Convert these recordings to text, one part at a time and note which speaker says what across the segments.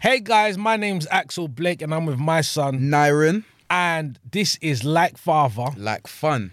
Speaker 1: Hey guys, my name's Axel Blake and I'm with my son.
Speaker 2: Niren,
Speaker 1: And this is Like Father.
Speaker 2: like fun.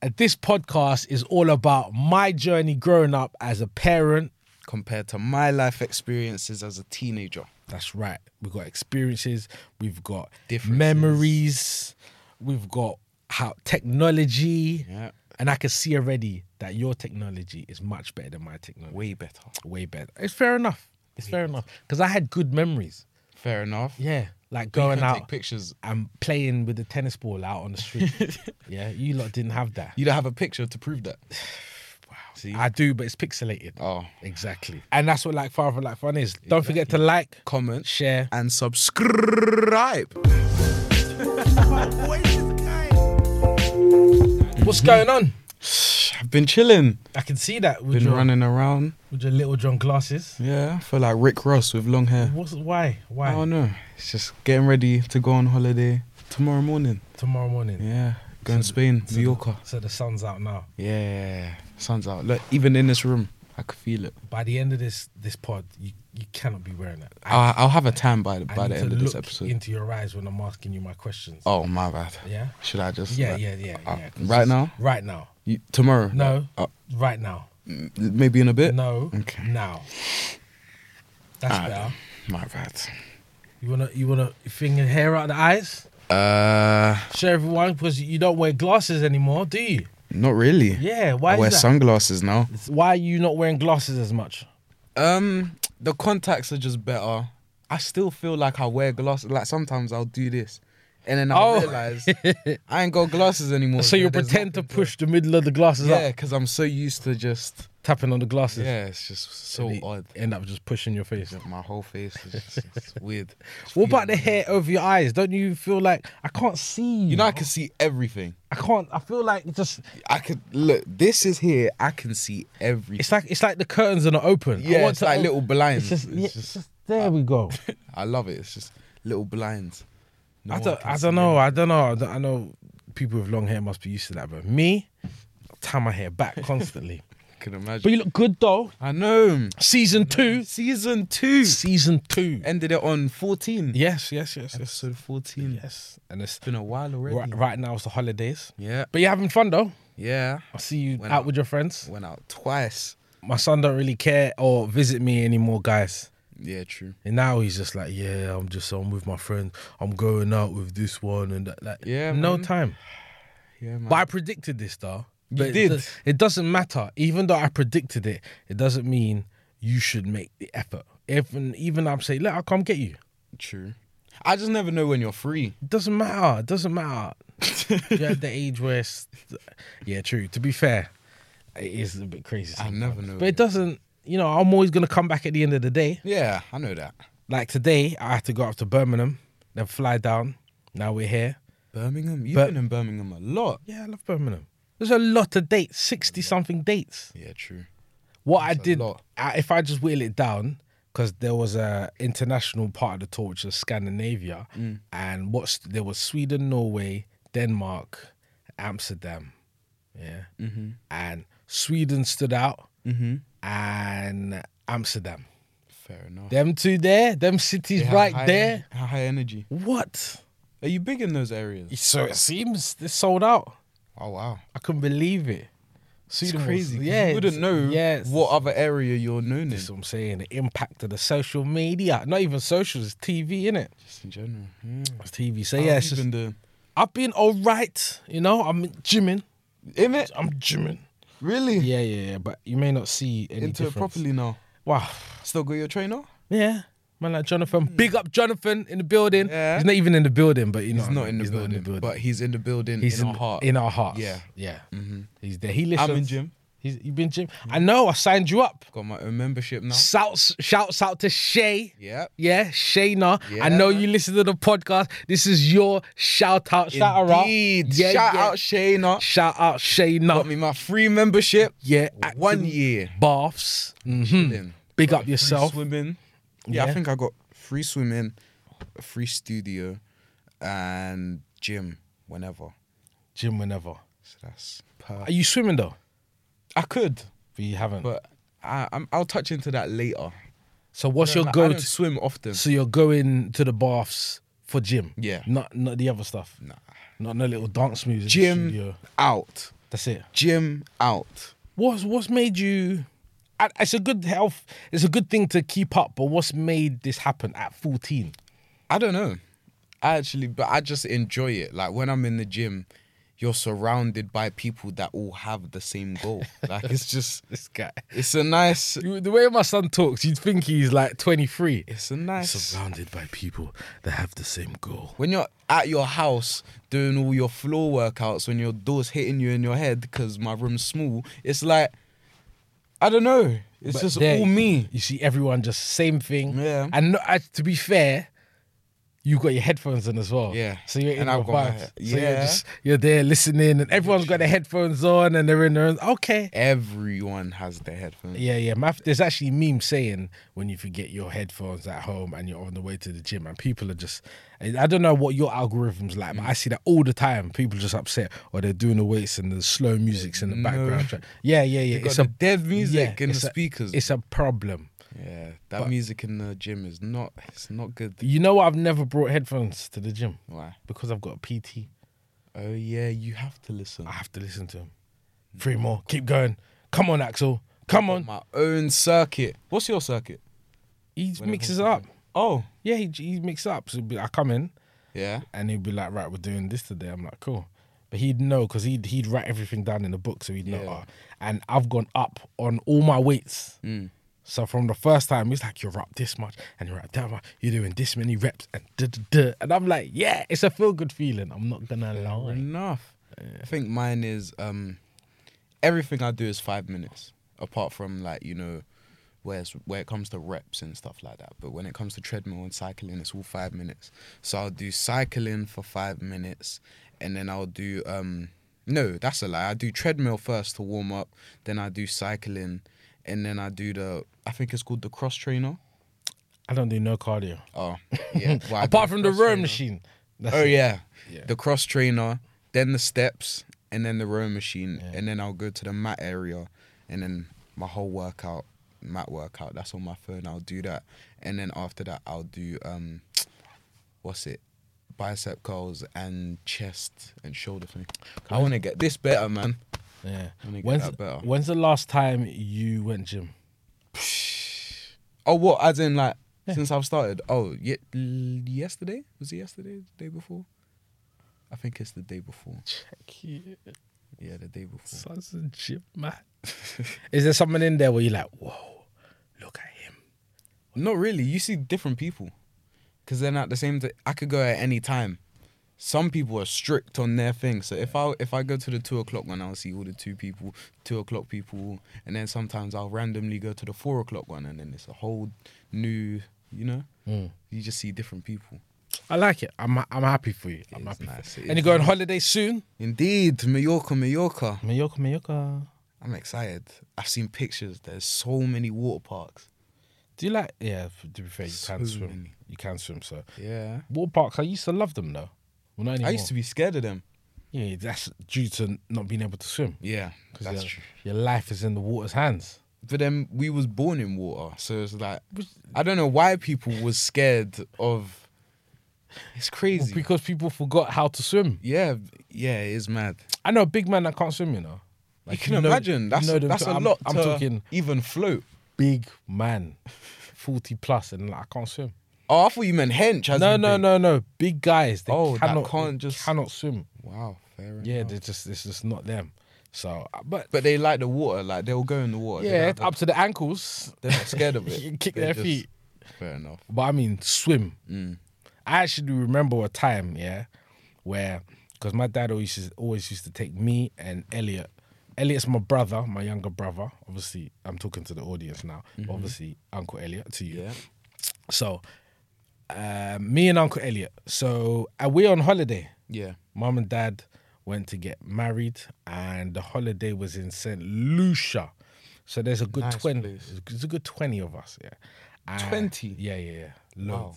Speaker 1: And this podcast is all about my journey growing up as a parent.
Speaker 2: Compared to my life experiences as a teenager.
Speaker 1: That's right. We've got experiences, we've got
Speaker 2: Differences.
Speaker 1: memories, we've got how technology.
Speaker 2: Yeah.
Speaker 1: And I can see already that your technology is much better than my technology.
Speaker 2: Way better.
Speaker 1: Way better. It's fair enough. It's fair enough. Because I had good memories.
Speaker 2: Fair enough.
Speaker 1: Yeah. Like
Speaker 2: You
Speaker 1: going
Speaker 2: can
Speaker 1: out.
Speaker 2: Take pictures.
Speaker 1: I'm playing with the tennis ball out on the street. yeah, you lot didn't have that.
Speaker 2: You don't have a picture to prove that. wow. See?
Speaker 1: I do, but it's pixelated.
Speaker 2: oh.
Speaker 1: Exactly. And that's what like Father Like Fun is. Don't forget to like,
Speaker 2: Comment
Speaker 1: share.
Speaker 2: and subscribe.
Speaker 1: What's going on?
Speaker 2: I've been chilling.
Speaker 1: I can see that with,
Speaker 2: Been
Speaker 1: your,
Speaker 2: running around.
Speaker 1: with your little John glasses.
Speaker 2: Yeah. I feel like Rick Ross with long hair.
Speaker 1: What's why? Why?
Speaker 2: I don't know. It's just getting ready to go on holiday tomorrow morning.
Speaker 1: Tomorrow morning.
Speaker 2: Yeah. Going to
Speaker 1: So-
Speaker 2: Spain,
Speaker 1: so-
Speaker 2: Mallorca.
Speaker 1: So the sun's out now.
Speaker 2: Yeah. Sun's out. Look, even in this room, I could feel it.
Speaker 1: By the end of this this pod, you, you cannot be wearing that. I,
Speaker 2: I'll, I'll have a tan by the,
Speaker 1: I
Speaker 2: by
Speaker 1: need
Speaker 2: the
Speaker 1: to
Speaker 2: end of this
Speaker 1: look
Speaker 2: episode.
Speaker 1: into your eyes when I'm asking you my questions.
Speaker 2: Oh my bad.
Speaker 1: Yeah?
Speaker 2: Should I just?
Speaker 1: Yeah,
Speaker 2: like,
Speaker 1: yeah, yeah,
Speaker 2: uh,
Speaker 1: yeah. 'cause
Speaker 2: right
Speaker 1: it's-
Speaker 2: now?
Speaker 1: Right now.
Speaker 2: You, tomorrow?
Speaker 1: No.
Speaker 2: Uh,
Speaker 1: Right now.
Speaker 2: m- maybe in a bit.
Speaker 1: No.
Speaker 2: Eh. Okay.
Speaker 1: Now. That's
Speaker 2: Ah,
Speaker 1: better.
Speaker 2: My bad.
Speaker 1: You wanna you wanna finger hair out the eyes?
Speaker 2: Uh,
Speaker 1: Show everyone because you don't wear glasses anymore, do you?
Speaker 2: not really.
Speaker 1: Yeah. Why
Speaker 2: I wear
Speaker 1: is that?
Speaker 2: sunglasses now.
Speaker 1: It's- Why are you not wearing glasses as much?
Speaker 2: Um, the contacts are just better. I still feel like I wear glasses. Like sometimes I'll do this, and then I
Speaker 1: Oh.
Speaker 2: will realize I ain't got glasses anymore.
Speaker 1: So you
Speaker 2: There's
Speaker 1: pretend to
Speaker 2: nothing
Speaker 1: push the middle of the glasses
Speaker 2: Yeah,
Speaker 1: up,
Speaker 2: because I'm so used to just.
Speaker 1: tapping on the glasses.
Speaker 2: Yeah, it's just so
Speaker 1: And you
Speaker 2: odd.
Speaker 1: End up just pushing your face.
Speaker 2: My whole face is just it's weird.
Speaker 1: What about the hair over your eyes? Don't you feel like I can't see?
Speaker 2: You know, I can see everything.
Speaker 1: I can't. I feel like it's just
Speaker 2: I could look. This is here. I can see everything.
Speaker 1: it's like it's like the curtains are not open. I
Speaker 2: Yeah,
Speaker 1: want
Speaker 2: it's
Speaker 1: to
Speaker 2: like
Speaker 1: op-
Speaker 2: little
Speaker 1: It's
Speaker 2: blinds.
Speaker 1: just,
Speaker 2: It's
Speaker 1: yeah,
Speaker 2: just-
Speaker 1: it's just- there we go.
Speaker 2: I love it. It's just little blinds. No
Speaker 1: I
Speaker 2: one
Speaker 1: don't.
Speaker 2: can
Speaker 1: I
Speaker 2: see
Speaker 1: don't know. I don't know. I, don't, I know people with long hair must be used to that, but me, tie my hair back constantly.
Speaker 2: it. Can imagine.
Speaker 1: but you look good though.
Speaker 2: I know.
Speaker 1: Season two.
Speaker 2: Season two
Speaker 1: Season two.
Speaker 2: ended it on fourteen.
Speaker 1: Yes, yes, yes, yes,
Speaker 2: Episode fourteen.
Speaker 1: yes. And it's
Speaker 2: It's been a while already.
Speaker 1: right, right now. It's the holidays.
Speaker 2: Yeah.
Speaker 1: But you're having fun though.
Speaker 2: Yeah.
Speaker 1: I see you
Speaker 2: Went
Speaker 1: out
Speaker 2: out.
Speaker 1: with your friends.
Speaker 2: Went out twice.
Speaker 1: My son don't really care or visit me anymore, guys.
Speaker 2: Yeah. True.
Speaker 1: And now he's just like, yeah, I'm just I'm with my friends. I'm going out with this one and that. Like,
Speaker 2: Yeah,
Speaker 1: no
Speaker 2: man.
Speaker 1: time.
Speaker 2: Yeah, man.
Speaker 1: But I predicted this, though. But it
Speaker 2: did.
Speaker 1: does- It doesn't matter. Even though I predicted it, it doesn't mean you should make the effort. If and even I'm saying, look, I'll come get you.
Speaker 2: True. I just never know when you're free.
Speaker 1: It doesn't matter. It doesn't matter. You're at the age where, it's, yeah, true. To be fair, it is a bit crazy.
Speaker 2: I
Speaker 1: sometimes.
Speaker 2: never know.
Speaker 1: But it doesn't. You know, I'm always gonna come back at the end of the day.
Speaker 2: Yeah, I know that.
Speaker 1: Like today, I had to go up to Birmingham, then fly down. Now we're here.
Speaker 2: Birmingham. You've
Speaker 1: But-
Speaker 2: been in Birmingham a lot.
Speaker 1: Yeah, I love Birmingham. There's a lot of dates, sixty something dates.
Speaker 2: Yeah. True.
Speaker 1: What I
Speaker 2: That's a
Speaker 1: did,
Speaker 2: lot.
Speaker 1: I, if I just whittle it down, because there was a international part of the tour, which was Scandinavia,
Speaker 2: Mm.
Speaker 1: and what's there was Sweden, Norway, Denmark, Amsterdam, yeah, mm-hmm. and Sweden stood out,
Speaker 2: Mm-hmm.
Speaker 1: and Amsterdam.
Speaker 2: Fair enough.
Speaker 1: Them two there, them cities
Speaker 2: They have
Speaker 1: right
Speaker 2: high
Speaker 1: there.
Speaker 2: en- high energy.
Speaker 1: What?
Speaker 2: Are you big in those areas?
Speaker 1: So it seems they sold out.
Speaker 2: Oh wow,
Speaker 1: I couldn't believe it.
Speaker 2: it's
Speaker 1: Sweden was-
Speaker 2: crazy. 'cause
Speaker 1: yeah,
Speaker 2: you wouldn't know
Speaker 1: yeah, it's-
Speaker 2: what other area you're known in.
Speaker 1: That's what I'm saying. The impact of the social media. Not even social, it's TV, innit?
Speaker 2: Just in general. Yeah.
Speaker 1: It's TV. So yeah, it's just,
Speaker 2: Hmm. Even the
Speaker 1: I've been all right. You know, I'm gymming.
Speaker 2: in it
Speaker 1: I'm gymming.
Speaker 2: really
Speaker 1: Yeah, yeah, yeah. But you may not see any
Speaker 2: into it
Speaker 1: difference.
Speaker 2: properly now.
Speaker 1: Wow.
Speaker 2: Still got your trainer?
Speaker 1: Yeah. Man like Jonathan. Big up Jonathan in the building.
Speaker 2: Hmm. Yeah.
Speaker 1: He's not even in the building, but you know.
Speaker 2: He's
Speaker 1: what I
Speaker 2: not
Speaker 1: mean.
Speaker 2: in the,
Speaker 1: He's
Speaker 2: building, but he's in the building
Speaker 1: He's
Speaker 2: in,
Speaker 1: in,
Speaker 2: our heart.
Speaker 1: in our hearts.
Speaker 2: Yeah. Mm-hmm.
Speaker 1: Yeah. He's there. He listens.
Speaker 2: I'm in gym. Mm-hmm.
Speaker 1: He's, you've been gym. I know. I signed you up.
Speaker 2: Got my own membership now.
Speaker 1: Shouts, shouts out to Shay.
Speaker 2: Yeah.
Speaker 1: Yeah, Shayna. I
Speaker 2: Yeah.
Speaker 1: know you listen to the podcast. This is your shout out. Shout her out.
Speaker 2: Indeed.
Speaker 1: Yeah,
Speaker 2: Shout
Speaker 1: yeah.
Speaker 2: out Shayna.
Speaker 1: Shout out
Speaker 2: Got
Speaker 1: Shayna.
Speaker 2: me my free membership.
Speaker 1: Yeah,
Speaker 2: One
Speaker 1: acting
Speaker 2: year.
Speaker 1: baths. Mhm.
Speaker 2: Then
Speaker 1: Big up
Speaker 2: free
Speaker 1: yourself.
Speaker 2: swimming. Yeah,
Speaker 1: Yeah.
Speaker 2: I think I got free swimming, a free studio, and gym whenever.
Speaker 1: Gym whenever.
Speaker 2: So that's per-
Speaker 1: Are you swimming though?
Speaker 2: I could,
Speaker 1: But you haven't.
Speaker 2: but I, I'm, I'll touch into that later.
Speaker 1: So what's
Speaker 2: No,
Speaker 1: your
Speaker 2: like, I
Speaker 1: go
Speaker 2: don't
Speaker 1: to?
Speaker 2: swim often.
Speaker 1: So you're going to the baths for gym.
Speaker 2: Yeah.
Speaker 1: Not not the other stuff.
Speaker 2: Nah.
Speaker 1: Not no little dance music.
Speaker 2: Gym
Speaker 1: studio.
Speaker 2: out.
Speaker 1: That's it.
Speaker 2: Gym out.
Speaker 1: What's what's made you? I- It's a good health. It's a good thing to keep up. But what's made this happen at 14?
Speaker 2: I don't know. I actually, but I just enjoy it. Like when I'm in the gym, you're surrounded by people that all have the same goal. Like it's just,
Speaker 1: This guy.
Speaker 2: it's a nice,
Speaker 1: You- The way my son talks, you'd think he's like 23.
Speaker 2: it's a nice.
Speaker 1: Surrounded by people that have the same goal.
Speaker 2: When you're at your house doing all your floor workouts, when your door's hitting you in your head because my room's small, it's like, I don't know. It's
Speaker 1: But
Speaker 2: just
Speaker 1: there-
Speaker 2: all me.
Speaker 1: You see everyone just same thing.
Speaker 2: Yeah.
Speaker 1: And no, I- to be fair, you got your headphones on as well.
Speaker 2: Yeah.
Speaker 1: So you're in
Speaker 2: And
Speaker 1: the
Speaker 2: I've got my
Speaker 1: vibes.
Speaker 2: head-
Speaker 1: So you're
Speaker 2: Yeah.
Speaker 1: just you're there listening, and everyone's got their headphones on, and they're in their own. Okay.
Speaker 2: Everyone has their headphones.
Speaker 1: Yeah, yeah. My, there's actually memes saying when you forget your headphones at home and you're on the way to the gym, and people are just. I I don't know what your algorithm's like,
Speaker 2: Mm.
Speaker 1: but I see that all the time. People just upset, or they're doing the weights and the slow music's in the
Speaker 2: No.
Speaker 1: background. track. Yeah, yeah, yeah.
Speaker 2: It's a dead music
Speaker 1: yeah,
Speaker 2: in the
Speaker 1: it's a-
Speaker 2: speakers.
Speaker 1: It's a problem.
Speaker 2: yeah, that
Speaker 1: but-
Speaker 2: music in the gym is not. It's not good.
Speaker 1: You know what? I've never brought headphones to the gym
Speaker 2: Why?
Speaker 1: because I've got a PT.
Speaker 2: Oh yeah, you have to listen.
Speaker 1: I have to listen to him. Three more. Keep going. Come on, Axel. Come
Speaker 2: on
Speaker 1: on.
Speaker 2: my own circuit. What's your circuit?
Speaker 1: He
Speaker 2: Whenever
Speaker 1: mixes
Speaker 2: I'm
Speaker 1: up.
Speaker 2: Oh
Speaker 1: Yeah, he, he mixes up. So he'd be- I come in
Speaker 2: yeah.
Speaker 1: and he'd be like, right, we're doing this today. I'm like, cool. But he'd know because he'd, he'd write everything down in the book. So he'd know.
Speaker 2: Yeah.
Speaker 1: "Ah." and I've gone up on all my weights.
Speaker 2: Mm.
Speaker 1: So from the first time, he's like, "You're up this much, and you're up that much. You're doing this many reps, and da da da." And I'm like, "Yeah, it's a feel good feeling. I'm not gonna lie."
Speaker 2: Enough. I think mine is um, everything I do is five minutes, apart from like you know, where it's, where it comes to reps and stuff like that. But when it comes to treadmill and cycling, it's all five minutes. So I'll do cycling for five minutes, and then I'll do um, no, that's a lie. I do treadmill first to warm up, then I do cycling, and then I do the I think it's called the cross trainer.
Speaker 1: I don't do no cardio
Speaker 2: Oh yeah, Well, I do
Speaker 1: apart from the
Speaker 2: cross
Speaker 1: row
Speaker 2: trainer.
Speaker 1: machine. That's
Speaker 2: Oh
Speaker 1: it.
Speaker 2: yeah.
Speaker 1: Yeah.
Speaker 2: the cross trainer, then the steps, and then the row machine, and then I'll go to the mat area, and then my whole workout, mat workout. That's on my phone. I'll do that, and then after that, I'll do um, what's it, bicep curls and chest and shoulder thing. I want to get this better, man.
Speaker 1: yeah.
Speaker 2: Let me get
Speaker 1: When's
Speaker 2: that better.
Speaker 1: when's the last time you went gym?
Speaker 2: Oh, what? As in like. Since I've started, oh, ye- l- yesterday was it yesterday? The day before? I think it's the day before. Yeah, the day before.
Speaker 1: Son's a gym man. Is there someone in there where you're like, "Whoa, look at him"?
Speaker 2: Not really. You see different people. Because then at the same time, I could go at any time. Some people are strict on their thing. So if I if I go to the two o'clock one, I'll see all the two people, two o'clock people, and then sometimes I'll randomly go to the four o'clock one, and then it's a whole new, you know, you just see different people.
Speaker 1: I like it. I'm I'm happy for you. I'm
Speaker 2: It's
Speaker 1: happy.
Speaker 2: nice.
Speaker 1: For
Speaker 2: It
Speaker 1: you. And
Speaker 2: is
Speaker 1: you go on holiday soon?
Speaker 2: Indeed, Mallorca, Mallorca.
Speaker 1: Mallorca, Mallorca.
Speaker 2: I'm excited. I've seen pictures. There's so many water parks.
Speaker 1: Do you like? Yeah. f- To be fair, you can
Speaker 2: So
Speaker 1: swim.
Speaker 2: many.
Speaker 1: You can swim. So
Speaker 2: Yeah.
Speaker 1: water parks. I used to love them though. Well, not anymore.
Speaker 2: I used to be scared of them.
Speaker 1: Yeah, that's due to not being able to swim.
Speaker 2: Yeah, that's
Speaker 1: your,
Speaker 2: true.
Speaker 1: Your life is in the water's hands.
Speaker 2: But then we was born in water, so it's like I don't know why people was scared of. It's
Speaker 1: Well,
Speaker 2: crazy.
Speaker 1: because people forgot how to swim.
Speaker 2: yeah, yeah, it is mad.
Speaker 1: I know a big man that can't swim. You know. Like,
Speaker 2: you can
Speaker 1: know-
Speaker 2: imagine
Speaker 1: you
Speaker 2: that's
Speaker 1: know them
Speaker 2: that's
Speaker 1: to-
Speaker 2: a
Speaker 1: I'm-
Speaker 2: lot.
Speaker 1: I'm
Speaker 2: to
Speaker 1: talking
Speaker 2: even float.
Speaker 1: big man, forty plus, and like, I can't swim.
Speaker 2: Oh, I thought you meant hench. as
Speaker 1: No,
Speaker 2: in
Speaker 1: no,
Speaker 2: big.
Speaker 1: no, no. Big guys. They
Speaker 2: Oh, that
Speaker 1: cannot,
Speaker 2: can't
Speaker 1: they
Speaker 2: just- Oh.
Speaker 1: cannot swim.
Speaker 2: Wow, fair enough.
Speaker 1: Yeah, they're just it's just not them. So, uh, but
Speaker 2: but they like the water. Like they'll go in Oh, the water.
Speaker 1: yeah,
Speaker 2: they're
Speaker 1: it's
Speaker 2: not,
Speaker 1: up to the ankles.
Speaker 2: they're not scared of
Speaker 1: You
Speaker 2: it.
Speaker 1: kick their
Speaker 2: They're just-
Speaker 1: feet.
Speaker 2: Fair enough.
Speaker 1: But I mean, swim.
Speaker 2: Mm.
Speaker 1: I actually remember a time, yeah, where because my dad always used- always used to take me and Elliot. Elliot's my brother, my younger brother. Obviously, I'm talking to the audience now.
Speaker 2: Mm-hmm.
Speaker 1: Obviously, Uncle Elliot to you.
Speaker 2: Yeah.
Speaker 1: So, uh, me and Uncle Elliot. So, are we on holiday?
Speaker 2: Yeah.
Speaker 1: Mom and dad went to get married, and the holiday was in Saint Lucia. So there's a good
Speaker 2: Nice
Speaker 1: twenty.
Speaker 2: place.
Speaker 1: There's a good twenty of us. Yeah. And-
Speaker 2: 20?
Speaker 1: Yeah, yeah, yeah. Loads.
Speaker 2: Wow.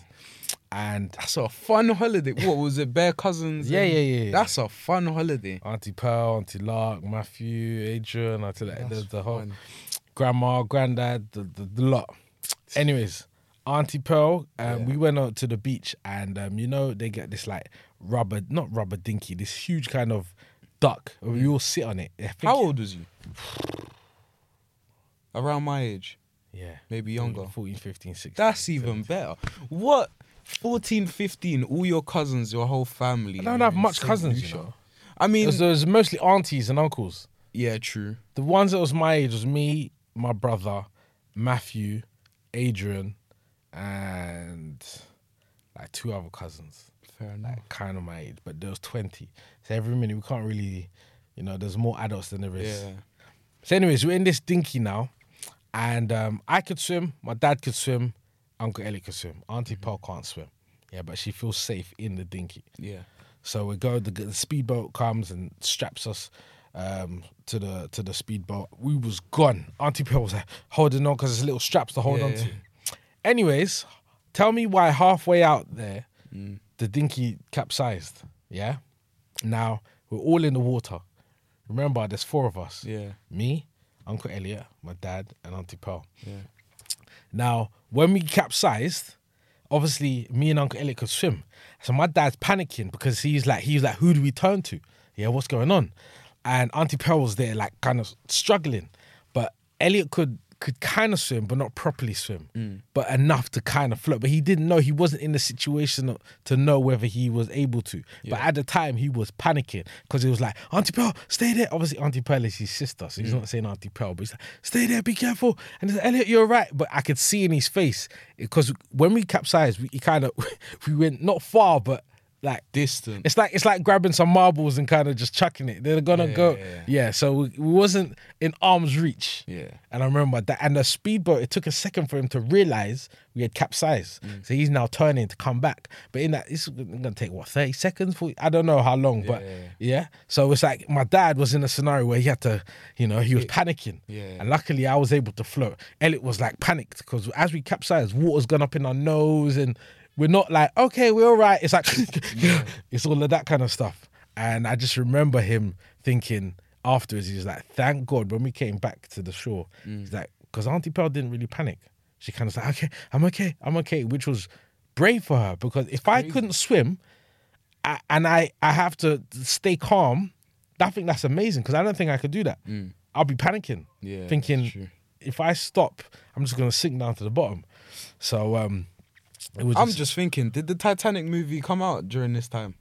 Speaker 1: And
Speaker 2: That's a fun holiday. What was it? Bear cousins.
Speaker 1: Yeah,
Speaker 2: and-
Speaker 1: yeah, yeah, yeah.
Speaker 2: That's a fun holiday.
Speaker 1: Auntie Pearl, Auntie Lark, Matthew, Adrian, Auntie like, the,
Speaker 2: That's
Speaker 1: the whole
Speaker 2: fun.
Speaker 1: grandma, granddad, the, the, the lot. Anyways, Auntie Pearl, um,
Speaker 2: Yeah.
Speaker 1: we went out to the beach and um, you know they get this like rubber, not rubber dinky, this huge kind of duck. and We all sit on it. I think-
Speaker 2: Mm. How old was you? Around my age,
Speaker 1: Yeah.
Speaker 2: maybe younger.
Speaker 1: 14, 15, 16.
Speaker 2: That's even better. What? 14, 15, all your cousins, your whole family.
Speaker 1: I don't
Speaker 2: you're
Speaker 1: have
Speaker 2: in
Speaker 1: much
Speaker 2: Saint
Speaker 1: cousins, you
Speaker 2: Lucia.
Speaker 1: know.
Speaker 2: I
Speaker 1: It
Speaker 2: mean,
Speaker 1: was, it was mostly aunties and uncles.
Speaker 2: yeah, true.
Speaker 1: The ones that was my age was me, my brother, Matthew, Adrian, and like two other cousins,
Speaker 2: Fair enough.
Speaker 1: like kind of my age, but there was 20. So every minute we can't really, you know, there's more adults than there is.
Speaker 2: Yeah.
Speaker 1: So, anyways, we're in this dinky now, and um, I could swim, my dad could swim, Uncle Ellie could swim, Auntie Pearl can't swim. Yeah, but she feels safe in the dinky.
Speaker 2: Yeah.
Speaker 1: So we go. The, the speedboat comes and straps us um, to the to the speedboat. We was gone. Auntie Pearl was like holding on because there's little straps to hold
Speaker 2: Yeah,
Speaker 1: on
Speaker 2: yeah.
Speaker 1: to. Anyways, tell me why halfway out there
Speaker 2: Mm.
Speaker 1: the dinky capsized. Yeah. Now we're all in the water. Remember, there's four of us.
Speaker 2: Yeah.
Speaker 1: Me, Uncle Elliot, my dad, and Auntie Pearl.
Speaker 2: Yeah.
Speaker 1: Now, when we capsized, obviously me and Uncle Elliot could swim. So my dad's panicking because he's like, he's like, who do we turn to? Yeah, what's going on? And Auntie Pearl was there, like kind of struggling. But Elliot could could kind of swim, but not properly swim, but enough to kind of float. But he didn't know he wasn't in the situation to know whether he was able to. But at the time, he was panicking because he was like, Auntie Pearl, stay there. Obviously, Auntie Pearl is his sister, so he's not saying Auntie Pearl, but he's like, stay there, be careful. And he's like, Elliot, you're right. But I could see in his face because when we capsized, we kind of we went not far, but like
Speaker 2: Distant.
Speaker 1: it's like it's like grabbing some marbles and kind of just chucking it. They're gonna
Speaker 2: Yeah,
Speaker 1: go.
Speaker 2: yeah, yeah.
Speaker 1: Yeah, so we, we wasn't in arm's reach.
Speaker 2: Yeah.
Speaker 1: And I remember that. And the speedboat, it took a second for him to realize we had capsized.
Speaker 2: Mm.
Speaker 1: So he's now turning to come back. But in that, it's going to take what, 30 seconds? 40, I don't know how long, but
Speaker 2: yeah,
Speaker 1: yeah. So it's like my dad was in a scenario where he had to, you know, he was panicking.
Speaker 2: Yeah.
Speaker 1: And luckily I was able to float. Elliot was like panicked because as we capsized, water's gone up in our nose and we're not like, okay, we're all right. It's like, it's all of that kind of stuff. And I just remember him thinking afterwards, he was like, thank God when we came back to the shore,
Speaker 2: Mm.
Speaker 1: he's like, because Auntie Pearl didn't really panic. She kind of was like, okay, I'm okay, I'm okay, which was brave for her because if I couldn't swim I, and I, I have to stay calm, I think that's amazing because I don't think I could do that. I'll be panicking,
Speaker 2: Mm. Yeah, that's true.
Speaker 1: thinking, if I stop, I'm just going to sink down to the bottom. So, um, it was
Speaker 2: I'm
Speaker 1: just-
Speaker 2: just thinking, did the Titanic movie come out during this time?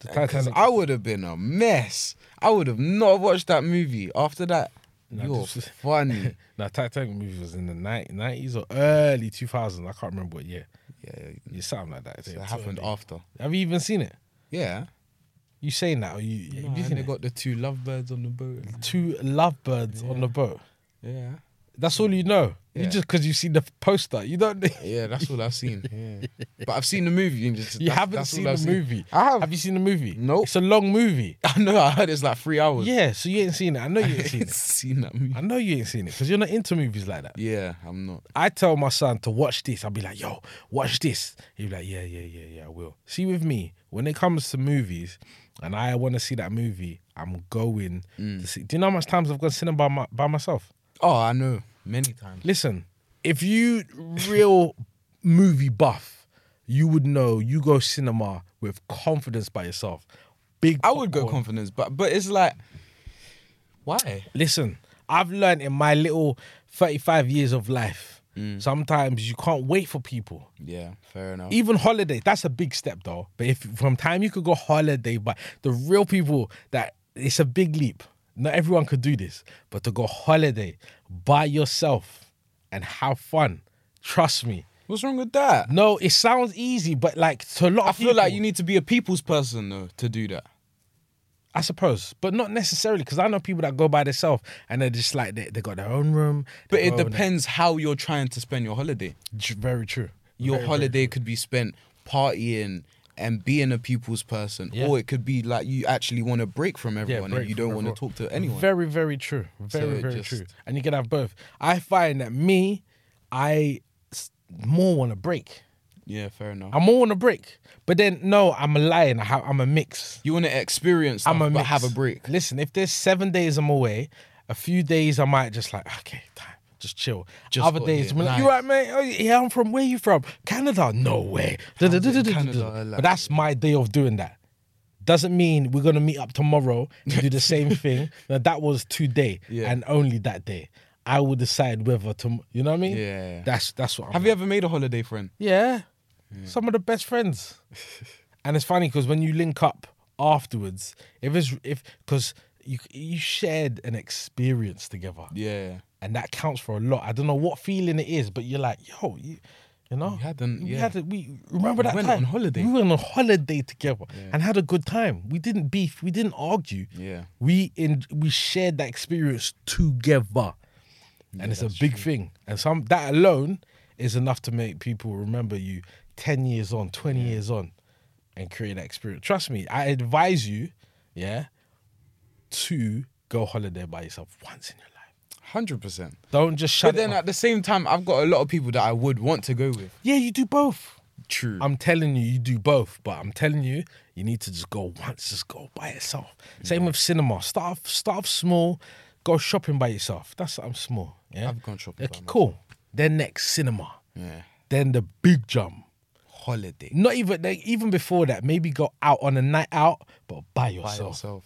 Speaker 1: the
Speaker 2: 'Cause
Speaker 1: Titanic.
Speaker 2: I would have been a mess. I would have not watched that movie after that.
Speaker 1: No,
Speaker 2: You're
Speaker 1: this is-
Speaker 2: funny.
Speaker 1: Now, Titanic movie was in the ni- 90s or early 2000s. I can't remember what year.
Speaker 2: yeah,
Speaker 1: Yeah, something like that. It's
Speaker 2: it
Speaker 1: too
Speaker 2: happened
Speaker 1: early.
Speaker 2: after.
Speaker 1: Have you even seen it?
Speaker 2: Yeah.
Speaker 1: You saying that? Or you,
Speaker 2: No,
Speaker 1: have you
Speaker 2: and
Speaker 1: seen
Speaker 2: they
Speaker 1: it?
Speaker 2: got the two lovebirds on the boat.
Speaker 1: Two lovebirds on the boat.
Speaker 2: Yeah.
Speaker 1: That's all you know.
Speaker 2: Yeah.
Speaker 1: You just because you see the poster, you don't.
Speaker 2: Yeah, that's all I've seen. Yeah. But I've seen the movie. And just,
Speaker 1: You
Speaker 2: that's-
Speaker 1: haven't
Speaker 2: that's all
Speaker 1: seen the
Speaker 2: I've
Speaker 1: movie.
Speaker 2: I have.
Speaker 1: Have you seen the movie?
Speaker 2: Nope.
Speaker 1: It's a long movie.
Speaker 2: I know. I heard it's like three hours.
Speaker 1: Yeah, so you ain't seen it. I know
Speaker 2: I
Speaker 1: you ain't seen
Speaker 2: ain't
Speaker 1: it.
Speaker 2: seen that movie.
Speaker 1: I know you ain't seen it because you're not into movies like that.
Speaker 2: Yeah, I'm not.
Speaker 1: I tell my son to watch this. I'll be like, yo, watch this. He'll be like, yeah, yeah, yeah, yeah, I will. See, with me, when it comes to movies and I want to see that movie, I'm going
Speaker 2: Mm.
Speaker 1: to see. Do you know how much times I've gone to cinema by, my, by myself?
Speaker 2: Oh, I know. Many times.
Speaker 1: Listen, if you real movie buff, you would know you go cinema with confidence by yourself. Big
Speaker 2: I would go
Speaker 1: popcorn.
Speaker 2: confidence, but but it's like, why?
Speaker 1: Listen, I've learned in my little 35 years of life,
Speaker 2: Mm.
Speaker 1: sometimes you can't wait for people.
Speaker 2: Yeah, fair enough.
Speaker 1: Even holiday, that's a big step though. But if from time you could go holiday, but the real people that it's a big leap. Not everyone could do this, but to go holiday by yourself and have fun, trust me.
Speaker 2: What's wrong with that?
Speaker 1: No, it sounds easy, but like to a lot of
Speaker 2: I feel like you need to be a people's person though to do that.
Speaker 1: I suppose, but not necessarily because I know people that go by themselves and they're just like they, they got their own room.
Speaker 2: But
Speaker 1: they
Speaker 2: it
Speaker 1: go and-
Speaker 2: depends how you're trying to spend your holiday.
Speaker 1: J- Very true.
Speaker 2: Your
Speaker 1: Very, very
Speaker 2: holiday could be spent partying and being a people's person,
Speaker 1: Yeah.
Speaker 2: or it could be like you actually want to break from everyone
Speaker 1: break
Speaker 2: and you
Speaker 1: from
Speaker 2: don't want to
Speaker 1: everyone.
Speaker 2: talk to anyone.
Speaker 1: Very, very true. Very,
Speaker 2: it
Speaker 1: very
Speaker 2: just-
Speaker 1: true. And you can have both. I find that me, I s- more want a break.
Speaker 2: yeah, fair enough.
Speaker 1: I more want a break. But then no, I'm a lion. I have, I'm a mix.
Speaker 2: you want to experience,
Speaker 1: I'm
Speaker 2: stuff,
Speaker 1: a
Speaker 2: but
Speaker 1: mix.
Speaker 2: have a break.
Speaker 1: Listen, if there's seven days I'm away, a few days I might just like okay, time. just chill.
Speaker 2: Just
Speaker 1: Other
Speaker 2: got
Speaker 1: days,
Speaker 2: here.
Speaker 1: I'm like,
Speaker 2: Nice.
Speaker 1: you right, mate? Oh, yeah, I'm from where you from? Canada? No way. Da- da- da- da- da-
Speaker 2: Canada,
Speaker 1: da- da.
Speaker 2: like-
Speaker 1: But that's my day of doing that. Doesn't mean we're gonna meet up tomorrow and do the same thing. Now, that was today
Speaker 2: Yeah.
Speaker 1: and only that day. I will decide whether to. You know what I mean?
Speaker 2: Yeah.
Speaker 1: That's that's what. I'm
Speaker 2: Have you ever made a holiday friend?
Speaker 1: yeah. Some of the best friends. and it's funny because when you link up afterwards, if it's if because you you shared an experience together,
Speaker 2: Yeah.
Speaker 1: and that counts for a lot. I don't know what feeling it is, but you're like, yo, you, you know,
Speaker 2: We had an-
Speaker 1: we
Speaker 2: yeah.
Speaker 1: had a, we remember
Speaker 2: We
Speaker 1: that
Speaker 2: went
Speaker 1: time
Speaker 2: on holiday.
Speaker 1: We went on holiday together and had a good time. We didn't beef. We didn't argue.
Speaker 2: Yeah.
Speaker 1: We in we shared that experience together, and it's a big thing. And some that alone is enough to make people remember you ten years on, twenty years on, and create that experience. Trust me, I advise you, yeah, to go holiday by yourself once in your life.
Speaker 2: Hundred percent.
Speaker 1: Don't just shut
Speaker 2: But then
Speaker 1: it. Off.
Speaker 2: at the same time, I've got a lot of people that I would want to go with.
Speaker 1: Yeah, you do both.
Speaker 2: True.
Speaker 1: I'm telling you, you do both. But I'm telling you, you need to just go once, just go by yourself. Same with cinema. Start off, start off small. Go shopping by yourself. That's I'm small. Yeah,
Speaker 2: I've gone shopping by
Speaker 1: Okay, cool. Then next cinema.
Speaker 2: yeah.
Speaker 1: Then the big jump.
Speaker 2: Holiday.
Speaker 1: Not even like, even before that. Maybe go out on a night out, but by
Speaker 2: By
Speaker 1: yourself.
Speaker 2: yourself.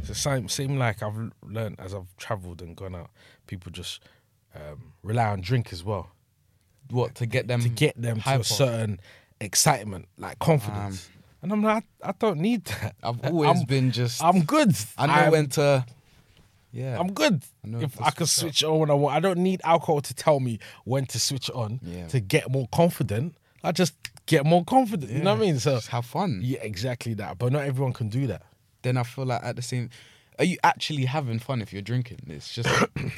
Speaker 1: It's the same. Seem like I've learned as I've travelled and gone out. People just um, rely on drink as well.
Speaker 2: What to get them
Speaker 1: to get them to
Speaker 2: hyper. Um,
Speaker 1: a certain excitement, like confidence. and I'm like, I, I don't need that.
Speaker 2: I've always
Speaker 1: I'm-
Speaker 2: been just. i
Speaker 1: I'm good.
Speaker 2: know
Speaker 1: I'm,
Speaker 2: when to. Yeah.
Speaker 1: I'm good.
Speaker 2: I know
Speaker 1: if
Speaker 2: this
Speaker 1: I can
Speaker 2: is
Speaker 1: switch it on when I want, I don't need alcohol to tell me when to switch it on
Speaker 2: Yeah.
Speaker 1: to get more confident. I just get more confident. You know what I mean? So
Speaker 2: just have fun.
Speaker 1: yeah, exactly that. But not everyone can do that.
Speaker 2: Then I feel like at the same. Are you actually having fun if you're drinking? It's just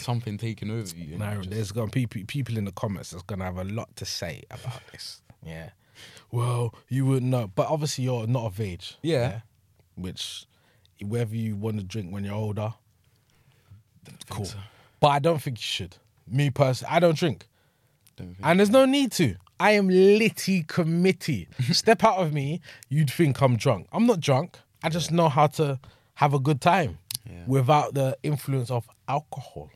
Speaker 2: something taking over you. and
Speaker 1: No,
Speaker 2: you just-
Speaker 1: there's gonna be pe- people in the comments that's gonna have a lot to say about this. Yeah. Well, you wouldn't know, but obviously you're not of age.
Speaker 2: Yeah.
Speaker 1: Which, whether you want to drink when you're older, cool. But I don't think you should. Me personally, I don't drink,
Speaker 2: Don't think-
Speaker 1: and there's no need to. I am litty committee. Step out of me, you'd think I'm drunk. I'm not drunk. I just know how to have a good time
Speaker 2: Yeah.
Speaker 1: without the influence of alcohol.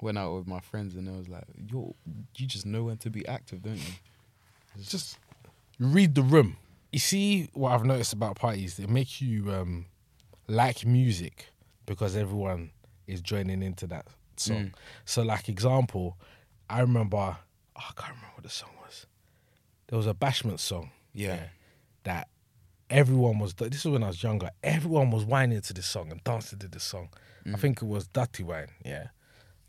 Speaker 2: went out with my friends and I was like, "Yo, you just know when to be active, don't you?"
Speaker 1: just read the room. You see what I've noticed about parties, they make you um, like music because everyone is joining into that song. So, like example, I remember oh, I can't remember what the song was. There was a bashment song.
Speaker 2: Yeah.
Speaker 1: that everyone was. This is when I was younger. Everyone was whining to this song and dancing to this song.
Speaker 2: Mm.
Speaker 1: I think it was Dirty Wine. Yeah.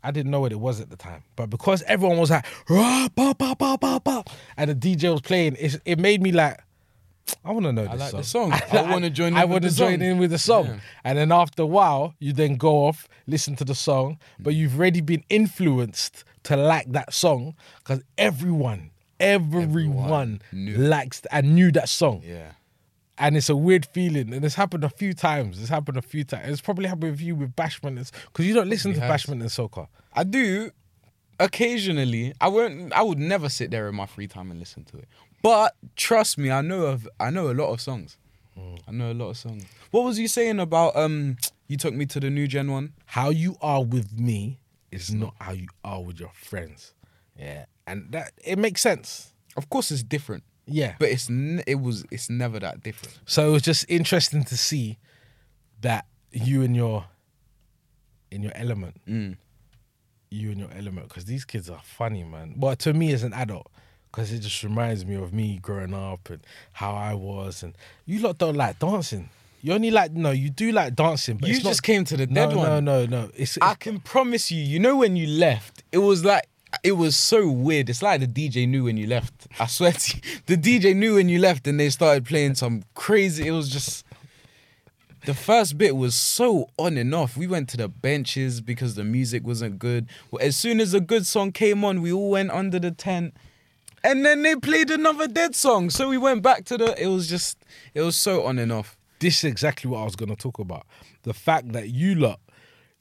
Speaker 1: I didn't know what it was at the time, but because everyone was like, rah, bah, bah, bah, bah, bah, and the DJ was playing, it, it made me like, I want to know this
Speaker 2: like
Speaker 1: song.
Speaker 2: this song. I wanna join
Speaker 1: I
Speaker 2: in with
Speaker 1: want to
Speaker 2: the
Speaker 1: join
Speaker 2: song.
Speaker 1: in with the song.
Speaker 2: Yeah.
Speaker 1: And then after a while, you then go off, listen to the song, but you've already been influenced to like that song because everyone, everyone,
Speaker 2: knew.
Speaker 1: likes and knew that song
Speaker 2: Yeah.
Speaker 1: and it's a weird feeling. And it's happened a few times. It's happened a few times. It's probably happened with you with Bashment because you don't listen to
Speaker 2: Probably has.
Speaker 1: Bashment and Soca.
Speaker 2: I do occasionally. I won't. I would never sit there in my free time and listen to it. But trust me, I know of. I know a lot of songs. I know a lot of songs. What was you saying about? Um, you took me to the new gen one.
Speaker 1: How you are with me is not how you are with your friends. Yeah, and that it makes sense.
Speaker 2: Of course, it's different,
Speaker 1: Yeah,
Speaker 2: but it's n- it was it's never that different.
Speaker 1: so it was just interesting to see that you and your in your element,
Speaker 2: Mm.
Speaker 1: you and your element, because these kids are funny, man. Well, to me as an adult. Because it just reminds me of me growing up and how I was. And you lot don't like dancing. You only like, no, you do like dancing. But
Speaker 2: You
Speaker 1: it's not-
Speaker 2: just came to the
Speaker 1: no,
Speaker 2: dead
Speaker 1: no,
Speaker 2: one.
Speaker 1: No, no, no. It's,
Speaker 2: I can promise you, you know when you left, it was like it was so weird. It's like the DJ knew when you left. I swear to you, the DJ knew when you left and they started playing some crazy. It was just the first bit was so on and off. We went to the benches because the music wasn't good. Well, As soon as a good song came on, we all went under the tent. And then they played another dead song. So we went back to the it was just it was so on and off.
Speaker 1: this is exactly what I was going to talk about. The fact that you lot,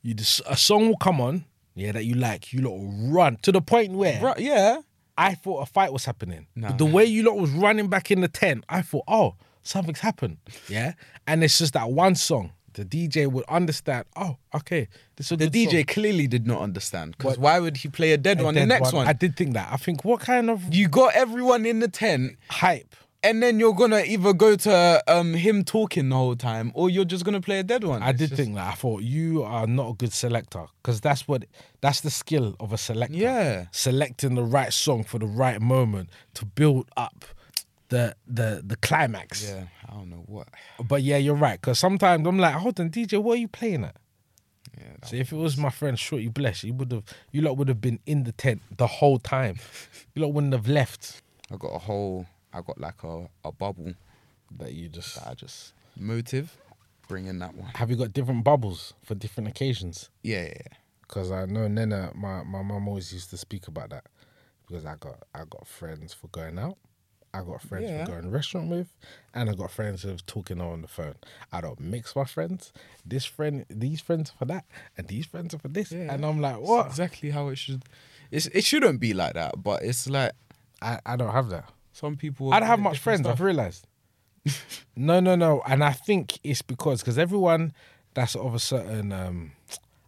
Speaker 1: you just, a song will come on, yeah, that you like, you lot will run to the point where
Speaker 2: Right, yeah.
Speaker 1: I thought a fight was happening.
Speaker 2: No.
Speaker 1: But the way you lot was running back in the tent, I thought, oh, something's happened. Yeah. And it's just that one song The DJ would understand. Oh, okay, this is a
Speaker 2: The
Speaker 1: good
Speaker 2: DJ
Speaker 1: song.
Speaker 2: clearly did not understand because why would he play a dead
Speaker 1: A
Speaker 2: one? the
Speaker 1: dead
Speaker 2: next one,
Speaker 1: I did think that. I think what kind of
Speaker 2: you got everyone in the tent,
Speaker 1: hype?
Speaker 2: and then you're gonna either go to um him talking the whole time, or you're just gonna play a dead one.
Speaker 1: I
Speaker 2: It's
Speaker 1: did
Speaker 2: just-
Speaker 1: think that. I thought you are not a good selector because that's what that's the skill of a selector.
Speaker 2: Yeah.
Speaker 1: selecting the right song for the right moment to build up the the the climax.
Speaker 2: Yeah, I don't know what.
Speaker 1: But yeah, you're right. Because sometimes I'm like, hold on, DJ, what are you playing at?
Speaker 2: Yeah, that-
Speaker 1: So if it was my friend Shorty Bless, you would have, you lot would have been in the tent the whole time. You lot wouldn't have left.
Speaker 2: I got a whole. I got like a, a bubble that you just. That I just motive, bring in that one.
Speaker 1: Have you got different bubbles for different occasions?
Speaker 2: Yeah, yeah, yeah.
Speaker 1: Because I know Nena, my my mum always used to speak about that. Because I got I got friends for going out, I got friends
Speaker 2: Yeah.
Speaker 1: for going to restaurant with, and I got friends of talking on the phone. I don't mix my friends. This friend, these friends are for that, and these friends are for this.
Speaker 2: Yeah.
Speaker 1: And I'm like,
Speaker 2: It's
Speaker 1: what?
Speaker 2: exactly how it should. It's, it shouldn't be like that, but it's like
Speaker 1: I, I don't have that.
Speaker 2: some people.
Speaker 1: I don't have
Speaker 2: do
Speaker 1: much friends.
Speaker 2: different
Speaker 1: I've realized. no, no, no, and I think it's because because everyone that's of a certain um,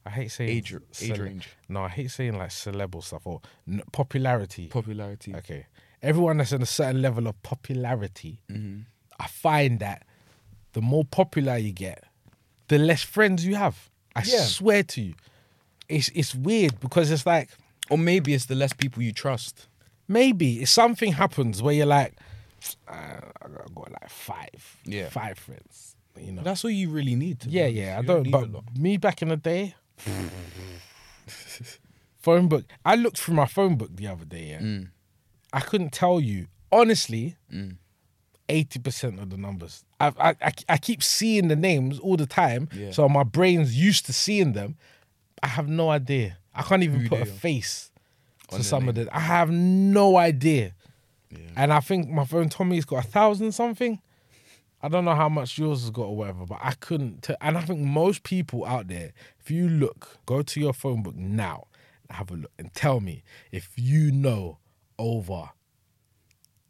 Speaker 1: I hate saying
Speaker 2: Age- age
Speaker 1: cele-
Speaker 2: range.
Speaker 1: No, I hate saying like celeb or stuff or n- popularity.
Speaker 2: stuff. Popularity.
Speaker 1: okay, everyone that's in a certain level of popularity,
Speaker 2: Mm-hmm.
Speaker 1: I find that the more popular you get, the less friends you have. I
Speaker 2: Yeah.
Speaker 1: swear to you, it's it's weird because it's like
Speaker 2: Or maybe it's the less people you trust.
Speaker 1: maybe if something happens where you're like, "Uh, I got- I got like five,
Speaker 2: Yeah.
Speaker 1: five friends, you know.
Speaker 2: That's all you really need. To be
Speaker 1: yeah,
Speaker 2: honest.
Speaker 1: yeah. I
Speaker 2: You
Speaker 1: don't.
Speaker 2: need
Speaker 1: But
Speaker 2: a lot.
Speaker 1: me back in the day, phone book. I looked through my phone book the other day. Yeah,
Speaker 2: Mm.
Speaker 1: I couldn't tell you honestly. Eighty percent of the numbers. I, I I I keep seeing the names all the time,
Speaker 2: Yeah.
Speaker 1: so my brain's used to seeing them. I have no idea. I can't even
Speaker 2: Who
Speaker 1: put a
Speaker 2: they are.
Speaker 1: face
Speaker 2: On
Speaker 1: to
Speaker 2: their
Speaker 1: some of them. I have no idea.
Speaker 2: Yeah.
Speaker 1: And I think my phone told me it's got a thousand something. I don't know how much yours has got or whatever, but I couldn't. T- and I think most people out there, if you look, go to your phone book now, have a look, and tell me if you know over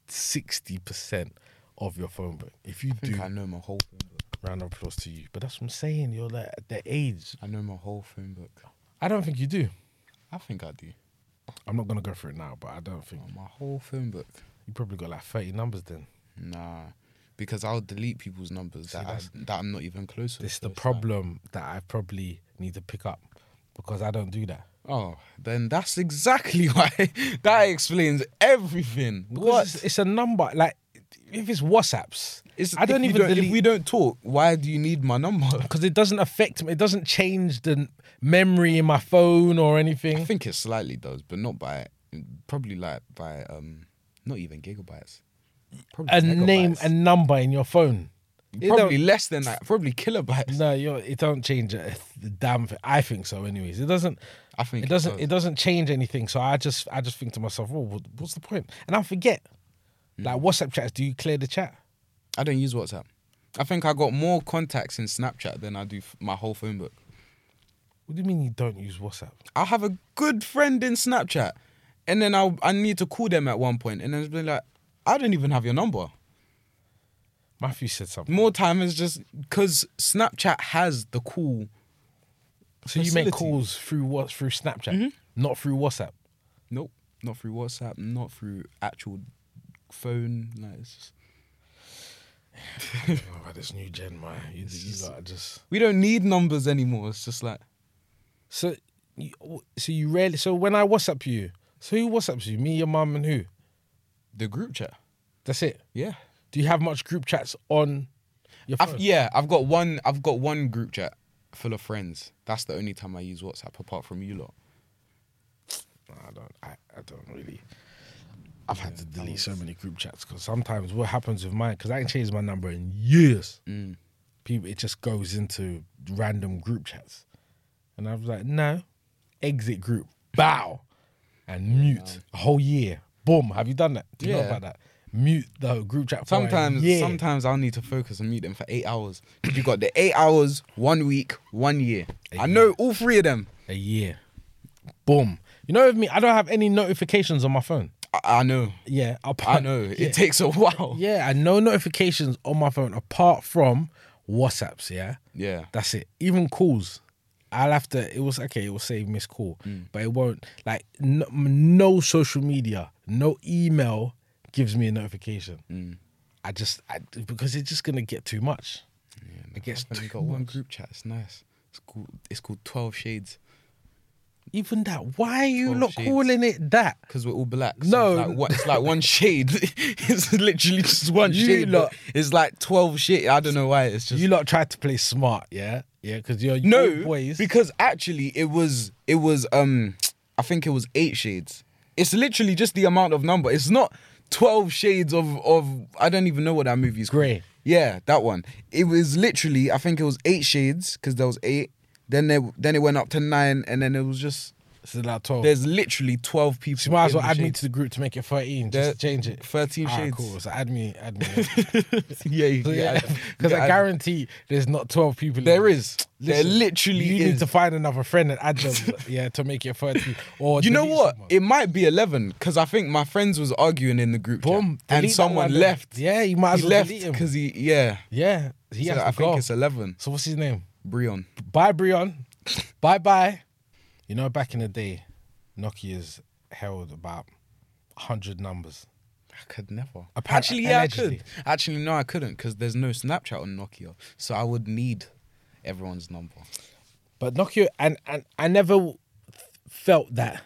Speaker 1: sixty percent of your phone book. If you
Speaker 2: I think
Speaker 1: do,
Speaker 2: I know my whole. Phone book.
Speaker 1: round of applause to you. But that's what I'm saying. You're like at the age.
Speaker 2: I know my whole phone book.
Speaker 1: I don't think you do.
Speaker 2: I think I do.
Speaker 1: I'm not gonna go for it now, but I don't think
Speaker 2: Oh, my whole phone book.
Speaker 1: you probably got like thirty numbers then.
Speaker 2: Nah, because I'll delete people's numbers that I,
Speaker 1: that's-
Speaker 2: that I'm not even close. with,
Speaker 1: This is the
Speaker 2: so it's like-
Speaker 1: problem that I probably need to pick up because I don't do that.
Speaker 2: Oh, then that's exactly why. that explains everything.
Speaker 1: Because It's, it's a number. Like if it's WhatsApps,
Speaker 2: It's-
Speaker 1: I don't
Speaker 2: if you
Speaker 1: even
Speaker 2: If
Speaker 1: delete
Speaker 2: we don't talk, why do you need my number?
Speaker 1: because it doesn't affect me. It doesn't change the n- memory in my phone or
Speaker 2: I
Speaker 1: anything.
Speaker 2: think it slightly does, but not by probably like by um not even gigabytes. Probably
Speaker 1: A name,
Speaker 2: megabytes.
Speaker 1: a number in your phone. It don't-
Speaker 2: probably less than that. Probably kilobytes.
Speaker 1: no, you're, it don't change a th- damn thing. I think so. Anyways, it doesn't.
Speaker 2: I think
Speaker 1: It doesn't. It doesn't change anything. So I just, I just think to myself, oh, what- what's the point? And I forget.
Speaker 2: Mm.
Speaker 1: Like WhatsApp chats, do you clear the chat?
Speaker 2: I don't use WhatsApp. I think I got more contacts in Snapchat than I do f- my whole phone book.
Speaker 1: What do you mean you don't use WhatsApp?
Speaker 2: I'll have a good friend in Snapchat, and then I'll I need to call them at one point, and then it's been like, I don't even have your number.
Speaker 1: Matthew said something.
Speaker 2: More time is just because Snapchat has the call.
Speaker 1: So you make
Speaker 2: facility.
Speaker 1: calls through what through Snapchat, not through WhatsApp.
Speaker 2: Nope, not through WhatsApp, not through actual phone. Like it's just,
Speaker 1: Oh, but this new gen, man. You, you lot are just
Speaker 2: we don't need numbers anymore. It's just like
Speaker 1: so. You, so you rarely. So when I WhatsApp you, so who WhatsApps you? Me, your mum, and who?
Speaker 2: the group chat.
Speaker 1: That's it.
Speaker 2: Yeah,
Speaker 1: Do you have much group chats on your phone?
Speaker 2: I've, yeah. I've got one. I've got one group chat full of friends. That's the only time I use WhatsApp apart from you
Speaker 1: Oh,
Speaker 2: lot.
Speaker 1: I don't. I, I don't really. I've had to delete so many group chats because sometimes what happens with mine because I ain't changed my number in years.
Speaker 2: Mm.
Speaker 1: People, it just goes into random group chats, and I was like, no, exit group, bow, and mute a whole year. Boom. Have you done that? Do you know
Speaker 2: Yeah.
Speaker 1: about that? Mute the whole group chat. for a
Speaker 2: Sometimes,
Speaker 1: year.
Speaker 2: sometimes I'll need to focus and meet them for eight hours. You got the eight hours, one week, one year. I know all three of them.
Speaker 1: a year. Boom. You know with me, I don't have any notifications on my phone.
Speaker 2: I, I know,
Speaker 1: Yeah,
Speaker 2: I know. It takes a while.
Speaker 1: Yeah, and no notifications on my phone apart from WhatsApps, yeah?
Speaker 2: Yeah.
Speaker 1: That's it. Even calls. I'll have to. It was okay. It will say missed call,
Speaker 2: Mm.
Speaker 1: but it won't. Like no, no social media, no email gives me a notification.
Speaker 2: Mm.
Speaker 1: I just I, because it's just gonna get too much. it gets
Speaker 2: And
Speaker 1: too
Speaker 2: we got one
Speaker 1: much.
Speaker 2: group chat. It's nice. It's called, it's called 12 Shades.
Speaker 1: Even that. Why are you
Speaker 2: Twelve
Speaker 1: not
Speaker 2: shades.
Speaker 1: calling it that?
Speaker 2: Because we're all black. so
Speaker 1: No.
Speaker 2: It's like, one- it's like one shade. it's literally just one
Speaker 1: You
Speaker 2: shade. but
Speaker 1: lot-
Speaker 2: It's like 12 shade. I don't know why. It's just.
Speaker 1: You lot tried to play smart, yeah, yeah, because you're
Speaker 2: no.
Speaker 1: boys.
Speaker 2: Because actually, it was, it was, um, I think it was eight shades. It's literally just the amount of number. It's not 12 shades of, of I don't even know what that movie is called.
Speaker 1: Grey.
Speaker 2: Yeah, that one. It was literally, I think it was eight shades because there was eight. Then there, then it went up to nine, and then it was just
Speaker 1: it's about twelve.
Speaker 2: There's literally 12 people.
Speaker 1: She might as
Speaker 2: in
Speaker 1: well
Speaker 2: the
Speaker 1: add me
Speaker 2: shade.
Speaker 1: to the group to make it thirteen.
Speaker 2: There-
Speaker 1: Just change it.
Speaker 2: 13
Speaker 1: Alright,
Speaker 2: shades.
Speaker 1: cool. So add me, add me.
Speaker 2: yeah, you
Speaker 1: So,
Speaker 2: can
Speaker 1: yeah,
Speaker 2: add- you
Speaker 1: because
Speaker 2: can
Speaker 1: I
Speaker 2: add-
Speaker 1: guarantee there's not 12 people. in
Speaker 2: There
Speaker 1: it.
Speaker 2: is. there
Speaker 1: Listen,
Speaker 2: literally
Speaker 1: You
Speaker 2: is.
Speaker 1: need to find another friend and add them, yeah, to make it 30. Or
Speaker 2: you know
Speaker 1: delete
Speaker 2: what?
Speaker 1: someone.
Speaker 2: It might be 11 because I think my friends was arguing in the group chat,
Speaker 1: Boom,
Speaker 2: and
Speaker 1: delete that
Speaker 2: someone
Speaker 1: one then.
Speaker 2: left.
Speaker 1: Yeah, you might as
Speaker 2: He
Speaker 1: well
Speaker 2: left
Speaker 1: delete him.
Speaker 2: because he, yeah.
Speaker 1: yeah, he
Speaker 2: So
Speaker 1: has to
Speaker 2: I think
Speaker 1: go.
Speaker 2: it's 11.
Speaker 1: So what's his name?
Speaker 2: Brion.
Speaker 1: Bye, Brion. bye, bye. You know, back in the day, Nokia's held about 100 numbers.
Speaker 2: I could never.
Speaker 1: Apparent-
Speaker 2: Actually, yeah,
Speaker 1: allegedly.
Speaker 2: I could. Actually, no, I couldn't because there's no Snapchat on Nokia. So I would need everyone's number.
Speaker 1: But Nokia, and, and I never felt that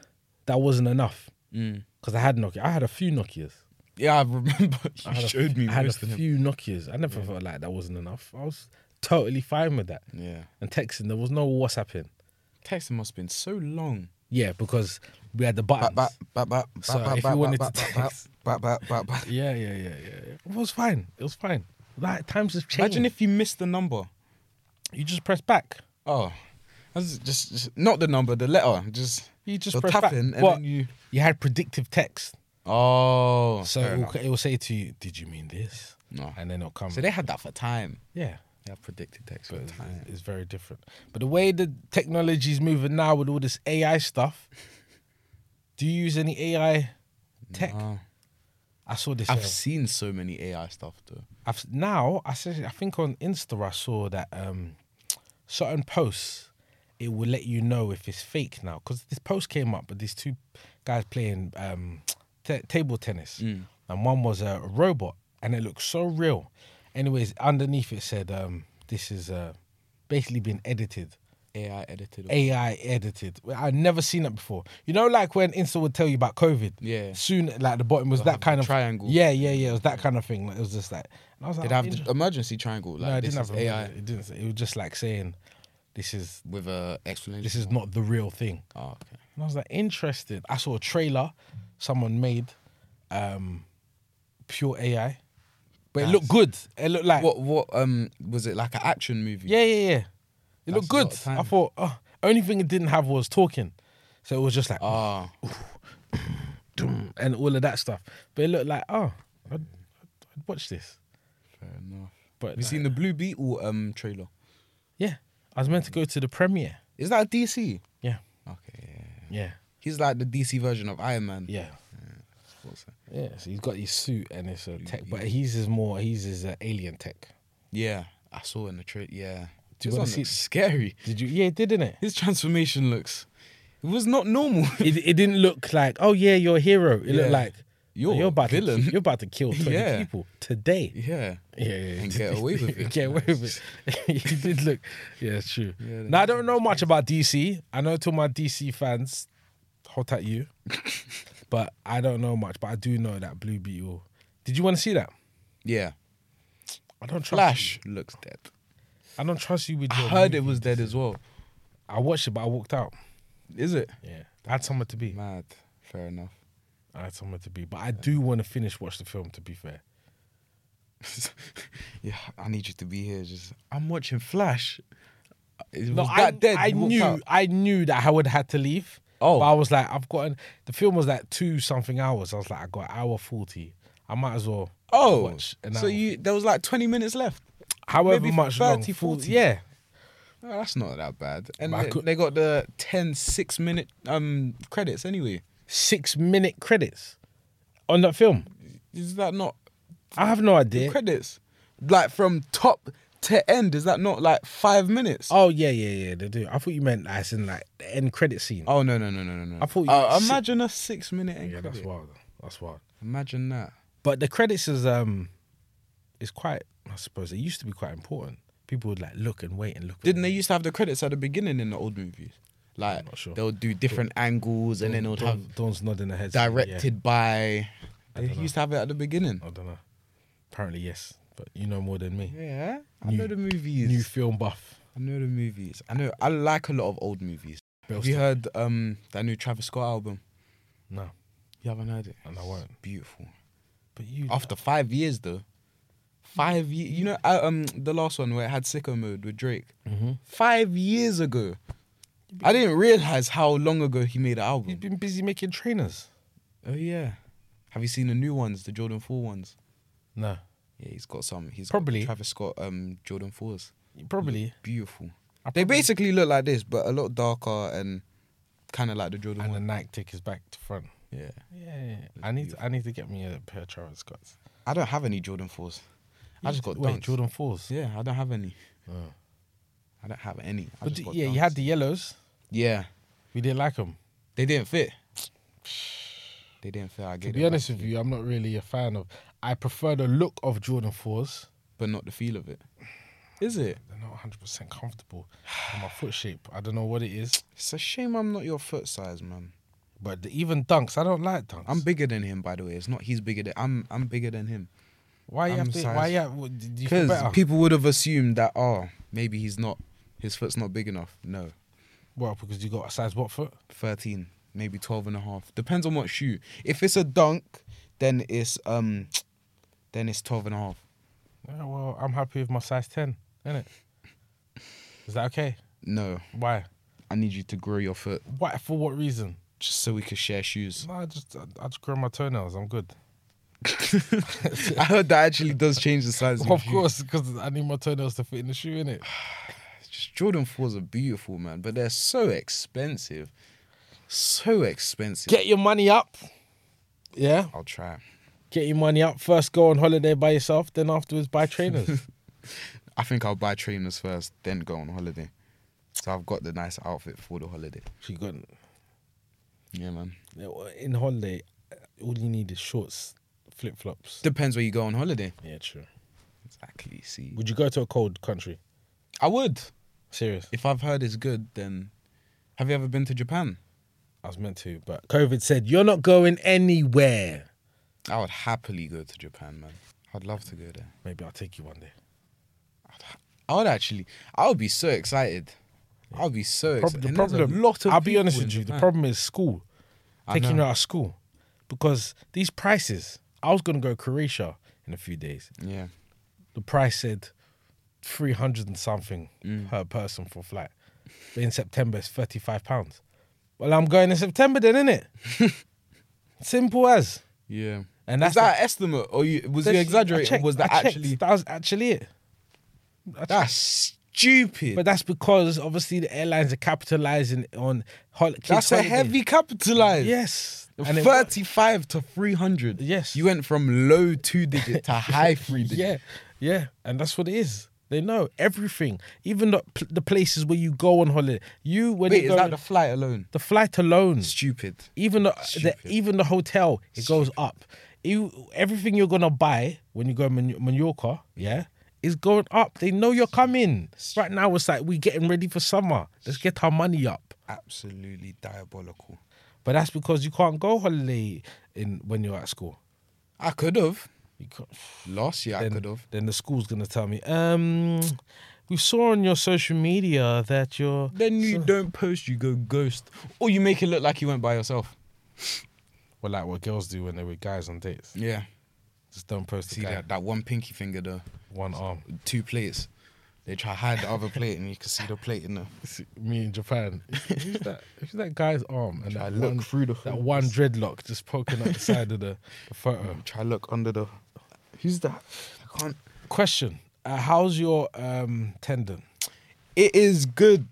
Speaker 1: that wasn't enough
Speaker 2: Mm.
Speaker 1: because I had Nokia. I had a few Nokias.
Speaker 2: Yeah, I remember you
Speaker 1: I had a-
Speaker 2: showed me
Speaker 1: I had a
Speaker 2: most of them.
Speaker 1: few Nokias. I never felt like that wasn't enough. I was totally fine with that.
Speaker 2: Yeah.
Speaker 1: And texting, there was no WhatsApping.
Speaker 2: Texting must have been so long.
Speaker 1: Yeah, because we had the buttons. So if you wanted to text- Yeah, yeah, yeah, yeah. yeah. It was fine. It was fine. Like times have changed.
Speaker 2: Imagine if you missed the number.
Speaker 1: you just press back.
Speaker 2: Oh, that's just, just not the number, the letter. Just
Speaker 1: You just
Speaker 2: the
Speaker 1: press back.
Speaker 2: tapping and
Speaker 1: What?
Speaker 2: then you.
Speaker 1: You had predictive text,
Speaker 2: Oh,
Speaker 1: so
Speaker 2: fair
Speaker 1: it will,
Speaker 2: enough.
Speaker 1: it will say to you, "Did you mean this?"
Speaker 2: No.
Speaker 1: And then it'll come.
Speaker 2: So they had that for time.
Speaker 1: yeah.
Speaker 2: They had predicted text
Speaker 1: But
Speaker 2: for
Speaker 1: it's,
Speaker 2: time.
Speaker 1: it's very different. But the way the technology is moving now with all this AI stuff, do you use any AI tech?
Speaker 2: Oh.
Speaker 1: I saw this.
Speaker 2: I've
Speaker 1: uh,
Speaker 2: seen so many AI stuff though.
Speaker 1: I've now I said I think on Insta I saw that um certain posts it will let you know if it's fake now because this post came up but these two guys playing um t- table tennis and one was a robot and it looked so real. Anyways, underneath it said um this is uh basically been edited.
Speaker 2: AI edited. or-
Speaker 1: AI edited. Well, I've never seen that before. You know, like when Insta would tell you about COVID.
Speaker 2: Yeah.
Speaker 1: Soon, like the bottom was
Speaker 2: They'll have
Speaker 1: that kind
Speaker 2: the
Speaker 1: of
Speaker 2: triangle.
Speaker 1: Yeah, yeah, yeah. It was that kind of thing. Like, it was just like, and I was like,
Speaker 2: They'd
Speaker 1: oh,
Speaker 2: have
Speaker 1: inter-
Speaker 2: the emergency triangle. Like
Speaker 1: no, it
Speaker 2: this
Speaker 1: didn't have
Speaker 2: is
Speaker 1: a
Speaker 2: AI
Speaker 1: It didn't. Say, it was just like saying, "This is
Speaker 2: with a explanation.
Speaker 1: this is not the real thing."
Speaker 2: Oh, okay.
Speaker 1: And I was like, "Interested." I saw a trailer someone made, um, pure AI, but it looked good. It looked like
Speaker 2: What what um was it like an action movie?
Speaker 1: yeah, yeah, yeah. It
Speaker 2: That's
Speaker 1: looked
Speaker 2: a lot
Speaker 1: good.
Speaker 2: of time.
Speaker 1: I thought, oh, only thing it didn't have was talking, so it was just like,
Speaker 2: Ah,
Speaker 1: "Dum," and all of that stuff. But it looked like, oh, I'd, I'd watch this.
Speaker 2: fair enough.
Speaker 1: But
Speaker 2: Have
Speaker 1: like,
Speaker 2: you seen the Blue Beetle um trailer?
Speaker 1: yeah, I was meant to go to the premiere.
Speaker 2: Is that a DC?
Speaker 1: Yeah,
Speaker 2: Okay, yeah.
Speaker 1: yeah,
Speaker 2: He's like the DC version of Iron Man.
Speaker 1: yeah.
Speaker 2: What's that?
Speaker 1: Yeah, so he's got his suit and it's a tech, but he's is more he's is uh, alien tech.
Speaker 2: Yeah, I saw in the trailer. Yeah.
Speaker 1: Do you
Speaker 2: This
Speaker 1: wanna
Speaker 2: one
Speaker 1: see-
Speaker 2: looks scary.
Speaker 1: Did you? Yeah, it did, didn't it?
Speaker 2: His transformation looks. It was not normal.
Speaker 1: It, it didn't look like oh yeah, you're a hero. It
Speaker 2: Yeah.
Speaker 1: looked like
Speaker 2: You're a
Speaker 1: about
Speaker 2: villain.
Speaker 1: To, you're about to kill twenty
Speaker 2: Yeah.
Speaker 1: people today.
Speaker 2: yeah.
Speaker 1: Yeah, yeah, yeah.
Speaker 2: And get away with it.
Speaker 1: get away with it. he did look. Yeah, it's true.
Speaker 2: Yeah,
Speaker 1: now I don't know much about DC. I know to my DC fans, hot at you, but I don't know much. But I do know that Blue Beetle. Did you want to see that?
Speaker 2: Yeah.
Speaker 1: I don't trust
Speaker 2: Flash looks dead.
Speaker 1: You. I don't trust you with
Speaker 2: I
Speaker 1: your.
Speaker 2: heard
Speaker 1: movie.
Speaker 2: it was dead as well.
Speaker 1: I watched it, but I walked out.
Speaker 2: Is it?
Speaker 1: Yeah, I had somewhere to be.
Speaker 2: Mad. Fair enough.
Speaker 1: I had somewhere to be, but I do want to finish watch the film. To be fair,
Speaker 2: yeah, I need you to be here. Just I'm watching Flash. It was
Speaker 1: I,
Speaker 2: that dead.
Speaker 1: I
Speaker 2: you walked
Speaker 1: knew,
Speaker 2: out.
Speaker 1: I knew that I would had to leave.
Speaker 2: Oh.
Speaker 1: but I was like, I've gotten the film was like two something hours. I was like, I got hour forty. I might as well.
Speaker 2: Oh,
Speaker 1: watch an
Speaker 2: so
Speaker 1: hour.
Speaker 2: you there was like 20 minutes left.
Speaker 1: however
Speaker 2: maybe
Speaker 1: much
Speaker 2: 30,
Speaker 1: long, 40.
Speaker 2: 40.
Speaker 1: Yeah,
Speaker 2: Oh, that's not that bad. And
Speaker 1: But I
Speaker 2: they,
Speaker 1: could-
Speaker 2: they got the 10 six minute um credits anyway.
Speaker 1: six minute credits on that film.
Speaker 2: Is that not
Speaker 1: I have no idea.
Speaker 2: credits? Like from top to end, is that not like five minutes?
Speaker 1: Oh yeah, yeah, yeah. They do. I thought you meant as in like the end credit scene.
Speaker 2: Oh no no no no no no!
Speaker 1: I thought you-
Speaker 2: Uh, imagine a six-minute end
Speaker 1: yeah, that's
Speaker 2: credit.
Speaker 1: wild. That's wild.
Speaker 2: Imagine that.
Speaker 1: But the credits is um, is quite. I suppose it used to be quite important. People would like look and wait and look. and
Speaker 2: Didn't they
Speaker 1: wait.
Speaker 2: used to have the credits at the beginning in the old movies? Like
Speaker 1: not sure.
Speaker 2: they'll do different angles and then they'll have
Speaker 1: Dawn- Dawn's nodding her head. saying, yeah.
Speaker 2: directed by. They
Speaker 1: dunno.
Speaker 2: used to have it at the beginning.
Speaker 1: I don't know. Apparently yes, but you know more than me.
Speaker 2: Yeah, I
Speaker 1: New-
Speaker 2: know the movies.
Speaker 1: New film buff.
Speaker 2: I know the movies. I know. I like a lot of old movies.
Speaker 1: Bill
Speaker 2: Have you heard um that new Travis Scott album?
Speaker 1: No,
Speaker 2: You haven't heard it.
Speaker 1: and I won't.
Speaker 2: Beautiful.
Speaker 1: But you
Speaker 2: After five years though, five years. You know, uh, um, the last one where it had sicko mode with Drake.
Speaker 1: Mhm.
Speaker 2: Five years ago. I didn't realize how long ago he made an
Speaker 1: He's
Speaker 2: album.
Speaker 1: been busy making trainers.
Speaker 2: Oh yeah. Have you seen the new ones, the Jordan Four ones?
Speaker 1: No,
Speaker 2: Yeah, he's got some. He's
Speaker 1: Probably.
Speaker 2: got Travis Scott um Jordan Fours.
Speaker 1: probably.
Speaker 2: Beautiful.
Speaker 1: I
Speaker 2: They
Speaker 1: probably-
Speaker 2: basically look like this, but a lot darker and kind of like the Jordan
Speaker 1: and the
Speaker 2: One.
Speaker 1: Nike tick is back to front.
Speaker 2: Yeah.
Speaker 1: Yeah, I need to, I need to get me a pair of Travis Scotts.
Speaker 2: I don't have any Jordan fours. I just got
Speaker 1: wait
Speaker 2: dunks.
Speaker 1: Jordan fours.
Speaker 2: Yeah, I don't have any.
Speaker 1: Oh.
Speaker 2: I don't have any. I
Speaker 1: But
Speaker 2: just
Speaker 1: d-
Speaker 2: got
Speaker 1: yeah, you
Speaker 2: dunks.
Speaker 1: had the yellows.
Speaker 2: Yeah,
Speaker 1: We didn't like them.
Speaker 2: they didn't fit. They didn't fit. I get
Speaker 1: To
Speaker 2: it.
Speaker 1: be honest with you, I'm not really a fan of. I prefer the look of Jordan fours.
Speaker 2: but not the feel of it. Is it?
Speaker 1: They're not 100 percent comfortable. in my foot shape, I don't know what it is.
Speaker 2: It's a shame I'm not your foot size, man.
Speaker 1: But the, even dunks, I don't like dunks.
Speaker 2: I'm bigger than him, by the way. It's not he's bigger than I'm. I'm bigger than him.
Speaker 1: why you
Speaker 2: I'm
Speaker 1: have to?
Speaker 2: size-
Speaker 1: Why you? Have, what, did you feel
Speaker 2: Because
Speaker 1: better?
Speaker 2: people would have assumed that oh maybe he's not his foot's not big enough. No,
Speaker 1: well, because you got a size what foot?
Speaker 2: thirteen, maybe 12 and a half. Depends on what shoe. If it's a dunk, then it's um, then it's 12 and a half.
Speaker 1: Yeah, well, I'm happy with my size 10, innit? Is that okay?
Speaker 2: No,
Speaker 1: Why?
Speaker 2: I need you to grow your foot
Speaker 1: Why? For what reason?
Speaker 2: just so we could share shoes.
Speaker 1: No, I just I, I just grow my toenails. I'm good.
Speaker 2: I heard that actually does change the size.
Speaker 1: Of course, because I need my toenails to fit in the shoe, innit?
Speaker 2: Just Jordan fours are beautiful, man, but they're so expensive, so expensive.
Speaker 1: Get your money up. Yeah.
Speaker 2: I'll try.
Speaker 1: Get your money up. First go on holiday by yourself, then afterwards buy trainers.
Speaker 2: I think I'll buy trainers first, then go on holiday. So I've got the nice outfit for the holiday.
Speaker 1: she got
Speaker 2: Yeah, man.
Speaker 1: in holiday, all you need is shorts, flip flops.
Speaker 2: Depends where you go on holiday.
Speaker 1: Yeah, true.
Speaker 2: Exactly. See,
Speaker 1: Would you go to a cold country?
Speaker 2: I would.
Speaker 1: Serious.
Speaker 2: If I've heard it's good, then have you ever been to Japan?
Speaker 1: I was meant to, but COVID said you're not going anywhere.
Speaker 2: I would happily go to Japan, man. I'd love to go there.
Speaker 1: Maybe I'll take you one day.
Speaker 2: I would actually. I would be so excited. I would be so
Speaker 1: Prob-
Speaker 2: excited.
Speaker 1: the
Speaker 2: And there's
Speaker 1: problem,
Speaker 2: A lot of
Speaker 1: I'll be
Speaker 2: people
Speaker 1: honest
Speaker 2: in
Speaker 1: with you, the
Speaker 2: Japan.
Speaker 1: problem is school.
Speaker 2: I
Speaker 1: Taking you
Speaker 2: know.
Speaker 1: out of school. Because these prices, I was going to go Croatia in a few days.
Speaker 2: Yeah.
Speaker 1: The price said 300 and something
Speaker 2: Mm.
Speaker 1: per person for flight. But in September, it's £35. pounds. Well, I'm going in September then, innit? Simple as.
Speaker 2: Yeah.
Speaker 1: And
Speaker 2: Is
Speaker 1: that's
Speaker 2: that an estimate, or you was you
Speaker 1: I
Speaker 2: exaggerating?
Speaker 1: checked-
Speaker 2: was that
Speaker 1: I checked.
Speaker 2: actually?
Speaker 1: That was actually it. I
Speaker 2: That's stupid.
Speaker 1: But that's because obviously the airlines are capitalizing on hol- kids
Speaker 2: that's a
Speaker 1: holiday.
Speaker 2: heavy capitalize.
Speaker 1: Yes, it worked.
Speaker 2: 35 to 300.
Speaker 1: Yes.
Speaker 2: You went from low two digit to high three digit.
Speaker 1: Yeah, yeah, and that's what it is. They know everything, even the, pl- the places where you go on holiday. You when
Speaker 2: Wait,
Speaker 1: you
Speaker 2: is
Speaker 1: go,
Speaker 2: that the
Speaker 1: the,
Speaker 2: flight alone?
Speaker 1: flight alone,
Speaker 2: Stupid.
Speaker 1: even the, the
Speaker 2: Stupid.
Speaker 1: even the hotel, it goes up. You everything you're gonna buy when you go to Man- Mallorca, yeah, is going up. They know you're coming. Right now, it's like we getting ready for summer. Let's get our money up.
Speaker 2: Absolutely diabolical.
Speaker 1: But that's because you can't go holiday in when you're at school.
Speaker 2: I could have.
Speaker 1: You can't.
Speaker 2: Last year, I
Speaker 1: then,
Speaker 2: could have.
Speaker 1: then the school's gonna tell me, um, we saw on your social media that you're
Speaker 2: Then you don't post, you go ghost. Or you make it look like you went by yourself.
Speaker 1: well, like what girls do when they're with guys on dates.
Speaker 2: Yeah.
Speaker 1: Just don't post the
Speaker 2: See
Speaker 1: guy,
Speaker 2: that, that one pinky finger, the
Speaker 1: one arm.
Speaker 2: two plates. They try to hide the other plate and you can see the plate in there.
Speaker 1: See, Me in Japan, who's that? Who's that guy's arm and
Speaker 2: Try
Speaker 1: that
Speaker 2: look
Speaker 1: one,
Speaker 2: through the
Speaker 1: that one dreadlock just poking out the side of the, the photo?
Speaker 2: Try look under the. Who's that? I can't.
Speaker 1: Question: uh, How's your um tendon?
Speaker 2: it is good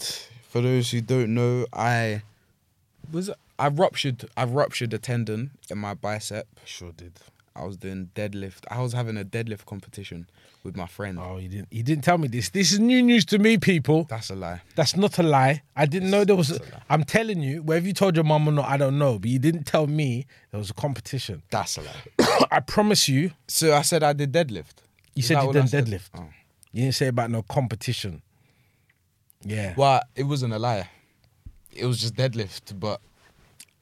Speaker 2: for those who don't know i was i ruptured i ruptured a tendon in my bicep
Speaker 1: Sure did.
Speaker 2: I was doing deadlift. I was having a deadlift competition with my friend.
Speaker 1: Oh, you didn't. You didn't tell me this. This is new news to me, people.
Speaker 2: That's a lie.
Speaker 1: That's not a lie. I didn't know there was. A,
Speaker 2: not a lie.
Speaker 1: I'm telling you, whether you told your mum or not, I don't know. But you didn't tell me there was a competition.
Speaker 2: That's a lie.
Speaker 1: I promise you.
Speaker 2: So I said I did deadlift.
Speaker 1: You
Speaker 2: Is
Speaker 1: said
Speaker 2: that
Speaker 1: you
Speaker 2: all I
Speaker 1: done
Speaker 2: said?
Speaker 1: deadlift.
Speaker 2: Oh.
Speaker 1: You didn't say about no competition. Yeah.
Speaker 2: Well, it wasn't a lie. It was just deadlift, but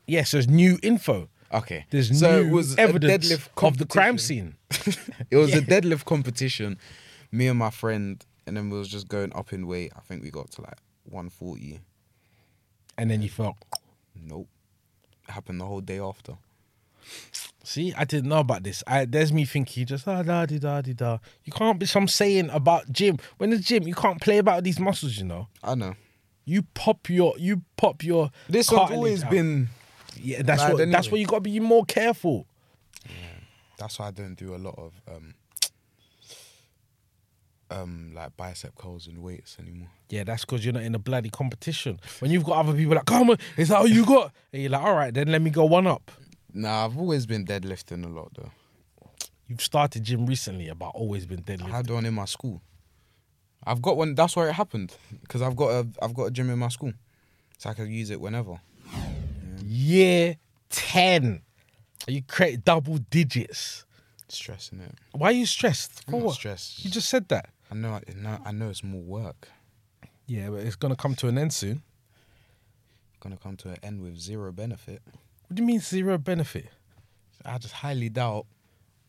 Speaker 1: Yes, there's new info.
Speaker 2: okay.
Speaker 1: There's
Speaker 2: so
Speaker 1: new
Speaker 2: it was a
Speaker 1: evidence
Speaker 2: deadlift
Speaker 1: of the crime
Speaker 2: competition.
Speaker 1: scene.
Speaker 2: it was a deadlift competition. Me and my friend, and then we was just going up in weight. I think we got to like 140.
Speaker 1: And then you felt,
Speaker 2: Nope. It happened the whole day after.
Speaker 1: see, I didn't know about this. I, there's me thinking just ah, da di da di da. You can't be some saying about gym. When it's gym, you can't play about these muscles. You know,
Speaker 2: I know.
Speaker 1: you pop your you pop your.
Speaker 2: This one's
Speaker 1: cartilage
Speaker 2: always
Speaker 1: out.
Speaker 2: been.
Speaker 1: Yeah, that's
Speaker 2: bad
Speaker 1: what that's
Speaker 2: anyway.
Speaker 1: what you got to be more careful.
Speaker 2: That's why I don't do a lot of um, um, like bicep curls and weights anymore.
Speaker 1: Yeah, that's because you're not in a bloody competition. When you've got other people like, come on, is that all you got? And you're like, all right, then let me go one up.
Speaker 2: Nah, I've always been deadlifting a lot though.
Speaker 1: You've started gym recently, about always been
Speaker 2: I
Speaker 1: deadlifting.
Speaker 2: had one in my school. I've got one. That's where it happened because I've got a I've got a gym in my school, so I can use it whenever.
Speaker 1: Year ten, you create double digits.
Speaker 2: Stressing it.
Speaker 1: Why are you stressed? For
Speaker 2: I'm not
Speaker 1: what?
Speaker 2: stressed.
Speaker 1: You just said that.
Speaker 2: I know. I know. I know it's more work.
Speaker 1: Yeah, but it's gonna come to an end soon.
Speaker 2: Gonna come to an end with zero benefit.
Speaker 1: What do you mean zero benefit?
Speaker 2: I just highly doubt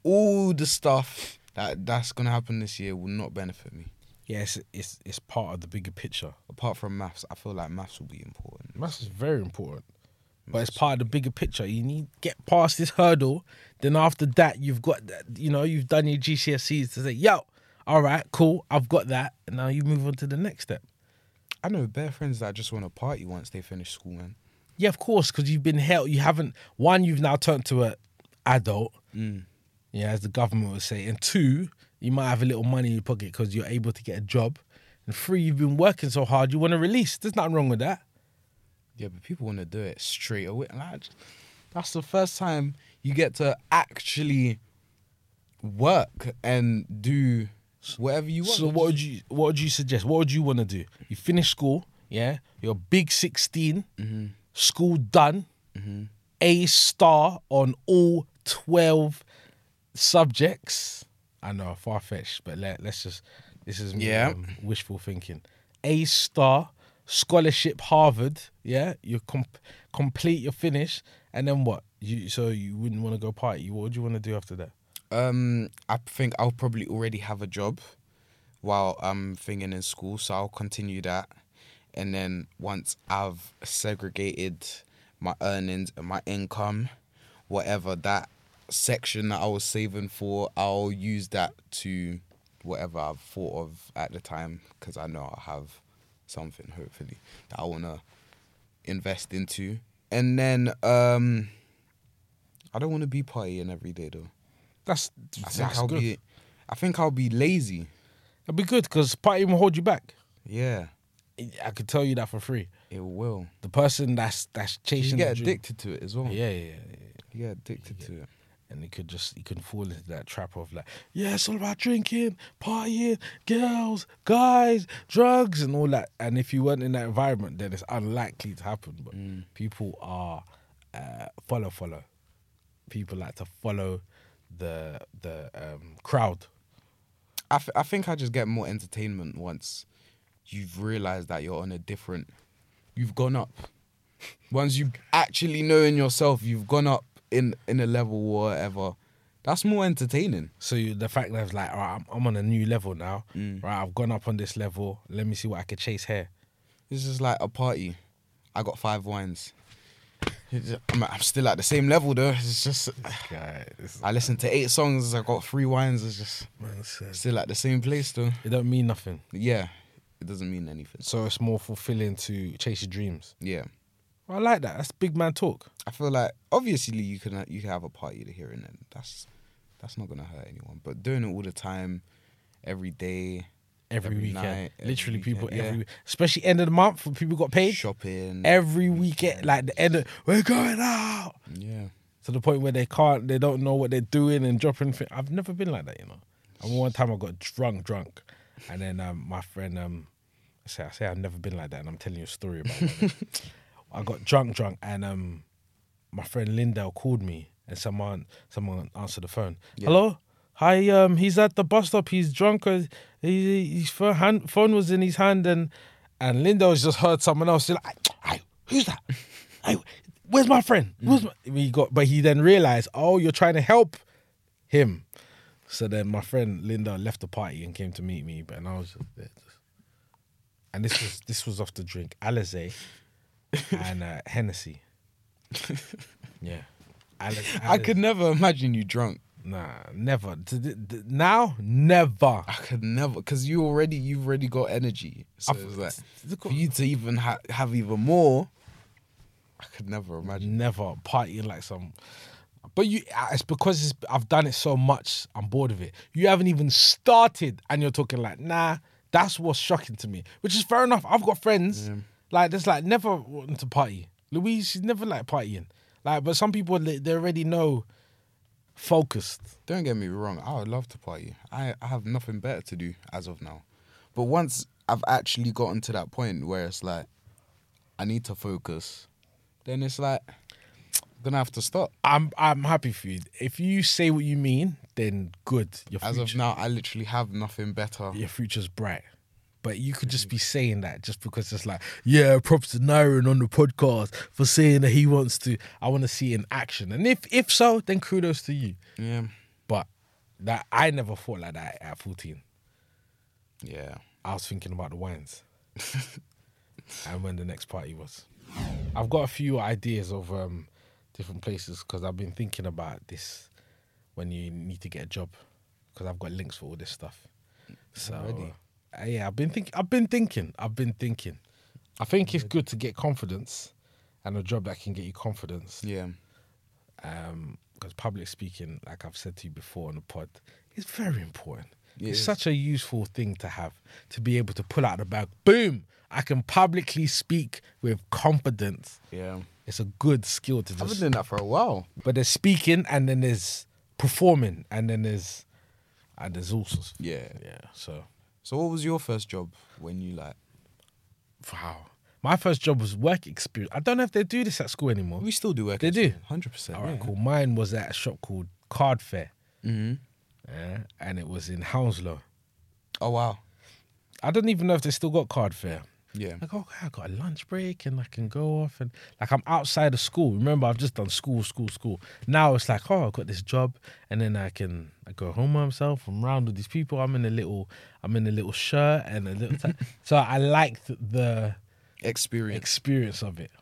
Speaker 2: all the stuff that that's gonna happen this year will not benefit me.
Speaker 1: Yes, it's it's part of the bigger picture.
Speaker 2: Apart from maths, I feel like maths will be important.
Speaker 1: Maths is very important, but it's part of the bigger picture. You need get past this hurdle. Then after that, you've got that. You know, you've done your GCSEs to say, "Yo, all right, cool, I've got that." And now you move on to the next step.
Speaker 2: I know bare friends that just want to party once they finish school, man.
Speaker 1: Yeah, of course, because you've been held. You haven't one. You've now turned to a adult. Yeah, as the government would say, and two, you might have a little money in your pocket because you're able to get a job, and three, you've been working so hard, you want to release. There's nothing wrong with that.
Speaker 2: Yeah, but people want to do it straight away. And I just, that's the first time you get to actually work and do whatever you want.
Speaker 1: So what would you what would you suggest? What would you want to do? You finish school, yeah. You're big 16
Speaker 2: Mm-hmm.
Speaker 1: school done, A star on all twelve subjects. I know far fetched, but let, let's just this is me,
Speaker 2: Yeah.
Speaker 1: um, wishful thinking. A star scholarship Harvard, yeah. You comp- complete your finish, and then what? You so you wouldn't want to go party. What would you want to do after that?
Speaker 2: Um, I think I'll probably already have a job while I'm thinking in school, so I'll continue that. And then once I've segregated my earnings and my income, whatever that section that I was saving for, I'll use that to whatever I've thought of at the time because I know I'll have something hopefully that I want to invest into. And then um, I don't want to be partying every day though.
Speaker 1: That's
Speaker 2: I think
Speaker 1: that's
Speaker 2: I'll
Speaker 1: good.
Speaker 2: be. I think I'll be lazy.
Speaker 1: It'd be good because party will hold you back.
Speaker 2: Yeah,
Speaker 1: I could tell you that for free.
Speaker 2: it will.
Speaker 1: The person that's that's
Speaker 2: You
Speaker 1: chasing the
Speaker 2: get
Speaker 1: dream-
Speaker 2: addicted to it as well.
Speaker 1: Yeah, yeah, yeah, yeah.
Speaker 2: You get addicted to it.
Speaker 1: And you could just you can fall into that trap of like, yeah, it's all about drinking, partying, girls, guys, drugs, and all that. And if you weren't in that environment, then it's unlikely to happen. But
Speaker 2: Mm.
Speaker 1: people are uh, follow follow. People like to follow the the um, crowd.
Speaker 2: I, th- I think I just get more entertainment once you've realized that you're on a different. You've gone up. once you actually know in yourself, you've gone up in in a level or whatever. That's more entertaining.
Speaker 1: So you, the fact that it's like, all right, I'm, I'm on a new level now.
Speaker 2: Mm.
Speaker 1: Right, I've gone up on this level. Let me see what I could chase here.
Speaker 2: This is like a party. I got five wines. I'm, I'm still at the same level though. It's just
Speaker 1: Guy, this
Speaker 2: I listened to eight songs. I got three wines. It's just.
Speaker 1: man says
Speaker 2: Still at the same place though.
Speaker 1: it don't mean nothing.
Speaker 2: Yeah, it doesn't mean anything.
Speaker 1: So it's more fulfilling to chase your dreams.
Speaker 2: Yeah,
Speaker 1: I like that. That's big man talk.
Speaker 2: I feel like obviously you can you can have a party to here and then. That's that's not gonna hurt anyone. But doing it all the time, every day,
Speaker 1: Every,
Speaker 2: Every
Speaker 1: weekend,
Speaker 2: night, every
Speaker 1: literally
Speaker 2: weekend,
Speaker 1: people
Speaker 2: yeah.
Speaker 1: every especially end of the month when people got paid.
Speaker 2: shopping.
Speaker 1: Every weekend, like the end, of, we're going out.
Speaker 2: yeah,
Speaker 1: to the point where they can't, they don't know what they're doing and dropping. Thi- I've never been like that, you know. I mean, one time I got drunk, drunk, and then um, my friend, um, I say, I say, I've never been like that, and I'm telling you a story about. it. I got drunk, drunk, and um, my friend Lindell called me, and someone, someone answered the phone. Hello, hi. Um, he's at the bus stop. He's drunk. uh, He, his phone, hand, phone was in his hand, and and Lindell's just heard someone else. He's like, hey, who's that? Hey, where's my friend? Where's my? We got, but he then realized, oh, you're trying to help him. So then my friend Linda left the party and came to meet me, but and I was just there. Just, and this was this was off the drink Alizé and uh, Hennessy. Yeah, Aliz-
Speaker 2: I could never imagine you drunk.
Speaker 1: nah never D- d- d- now never.
Speaker 2: I could never, because you already you've already got energy. So
Speaker 1: I've-
Speaker 2: it's like
Speaker 1: look
Speaker 2: for
Speaker 1: what-
Speaker 2: you to even ha- have even more. I could never imagine.
Speaker 1: never partying like some. But you, uh, it's because it's, I've done it so much. I'm bored of it. You haven't even started, and you're talking like, nah. That's what's shocking to me, which is fair enough. I've got friends like that's like never wanting to party. Louise, she's never like partying. Like, but some people they they already know focused.
Speaker 2: Don't get me wrong. I would love to party. I I have nothing better to do as of now. But once I've actually gotten to that point where it's like, I need to focus. Then it's like, I'm gonna have to stop.
Speaker 1: I'm I'm happy for you. If you say what you mean, then good. Your
Speaker 2: As
Speaker 1: future,
Speaker 2: of now, I literally have nothing better.
Speaker 1: your future's bright. But you could just be saying that just because it's like, yeah, props to Naren on the podcast for saying that he wants to. I want to see it in action. And if if so, then kudos to you.
Speaker 2: Yeah.
Speaker 1: But that I never thought like that at 14.
Speaker 2: Yeah.
Speaker 1: I was thinking about the wines and when the next party was. I've got a few ideas of um, different places because I've been thinking about this when you need to get a job because I've got links for all this stuff. So
Speaker 2: Already?
Speaker 1: uh, yeah, I've been thinking. I've been thinking. I've been thinking. I think it's good to get confidence and a job that can get you confidence
Speaker 2: Yeah.
Speaker 1: because public speaking, like I've said to you before on the pod, is very important.
Speaker 2: It
Speaker 1: it's
Speaker 2: is.
Speaker 1: such a useful thing to have to be able to pull out the bag. Boom! I can publicly speak with confidence.
Speaker 2: Yeah.
Speaker 1: It's a good skill to
Speaker 2: I've been
Speaker 1: just.
Speaker 2: doing that for a while.
Speaker 1: But there's speaking, and then there's performing, and then there's and there's all sorts. Of,
Speaker 2: Yeah.
Speaker 1: yeah. So
Speaker 2: So what was your first job when you like?
Speaker 1: wow, my first job was work experience. I don't know if they do this at school anymore.
Speaker 2: We still do work.
Speaker 1: They do?
Speaker 2: Hundred percent.
Speaker 1: All right, cool. Mine was at a shop called Card Fair,
Speaker 2: Mm-hmm.
Speaker 1: yeah, and it was in Hounslow.
Speaker 2: Oh wow.
Speaker 1: I don't even know if they still got card fare.
Speaker 2: Yeah.
Speaker 1: Like, oh, I got a lunch break and I can go off and like I'm outside of school. Remember, I've just done school, school, school. Now it's like, oh, I've got this job and then I can I go home by myself. I'm around with these people. I'm in a little, I'm in a little shirt and a little. T- so I liked the
Speaker 2: Experience.
Speaker 1: experience of it,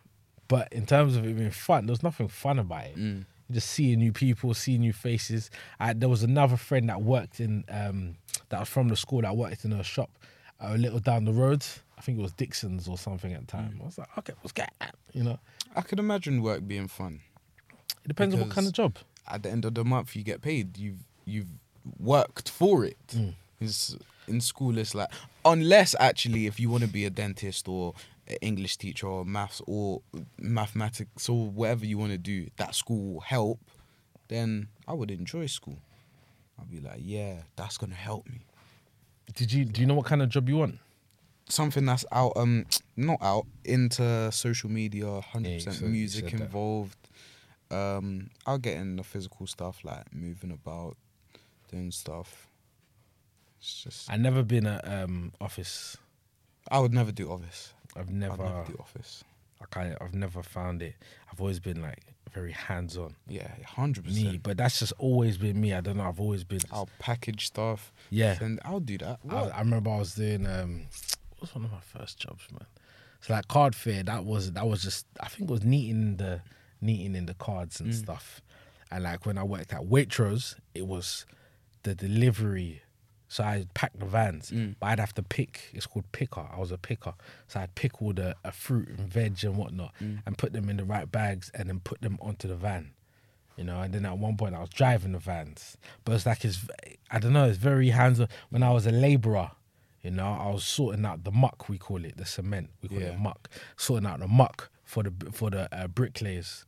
Speaker 1: but in terms of it being fun, there was nothing fun about it.
Speaker 2: Mm.
Speaker 1: Just seeing new people, seeing new faces. I, there was another friend that worked in um, that was from the school that worked in a shop a little down the road. I think it was Dixon's or something at the
Speaker 2: Mm.
Speaker 1: time. I was like, okay, what's going on? You know,
Speaker 2: I could imagine work being fun.
Speaker 1: it depends on what kind of job.
Speaker 2: At the end of the month, you get paid. You've you've worked for it. It's, in school, it's like unless actually if you want to be a dentist or an English teacher or maths or mathematics or whatever you want to do, that school will help. Then I would enjoy school. I'd be like, yeah, that's gonna help me.
Speaker 1: Did you do you know what kind of job you want?
Speaker 2: something that's out um not out into social media 100%
Speaker 1: said- you
Speaker 2: music
Speaker 1: said that.
Speaker 2: involved um i'll get in the physical stuff like moving about doing stuff it's just
Speaker 1: I've never been at um, office.
Speaker 2: i would never do office
Speaker 1: I've
Speaker 2: i'd
Speaker 1: never,
Speaker 2: never do office
Speaker 1: I can't, I've never found it. I've always been like very hands on.
Speaker 2: yeah 100%
Speaker 1: Me, but that's just always been me. I don't know. I've always been.
Speaker 2: i'll package stuff
Speaker 1: Yeah.
Speaker 2: and i'll do that
Speaker 1: I, I remember I was doing um what was one of my first jobs, man. It's like card fair. That was that was just I think it was neating the neating in the cards and stuff. And like when I worked at Waitrose, it was the delivery. So I'd pack the vans, but I'd have to pick. It's called picker. I was a picker, so I'd pick all the uh, fruit and veg and whatnot, and put them in the right bags, and then put them onto the van you know. And then at one point, I was driving the vans, but it's like it's I don't know, it's very hands on. When I was a labourer, you know, I was sorting out the muck we call it, the cement we call
Speaker 2: Yeah.
Speaker 1: it muck, sorting out the muck for the for the uh, bricklayers,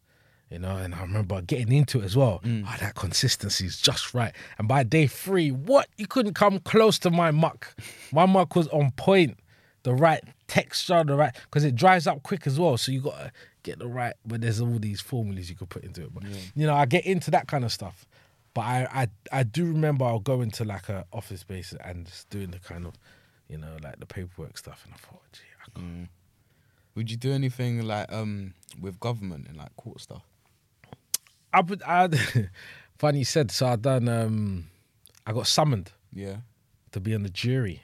Speaker 1: You know, and I remember getting into it as well. Oh, that consistency is just right. And by day three, what? You couldn't come close to my muck. My muck was on point. The right texture, the right because it dries up quick as well. So you gotta get the right, but there's all these formulas you could put into it. But you know, I get into that kind of stuff. But I, I I do remember I'll go into like a office space and just doing the kind of, you know, like the paperwork stuff and I thought, gee, I can't.
Speaker 2: Would you do anything like um with government and like court stuff?
Speaker 1: I would I funny you said, so I done um I got summoned
Speaker 2: Yeah.
Speaker 1: to be on the jury.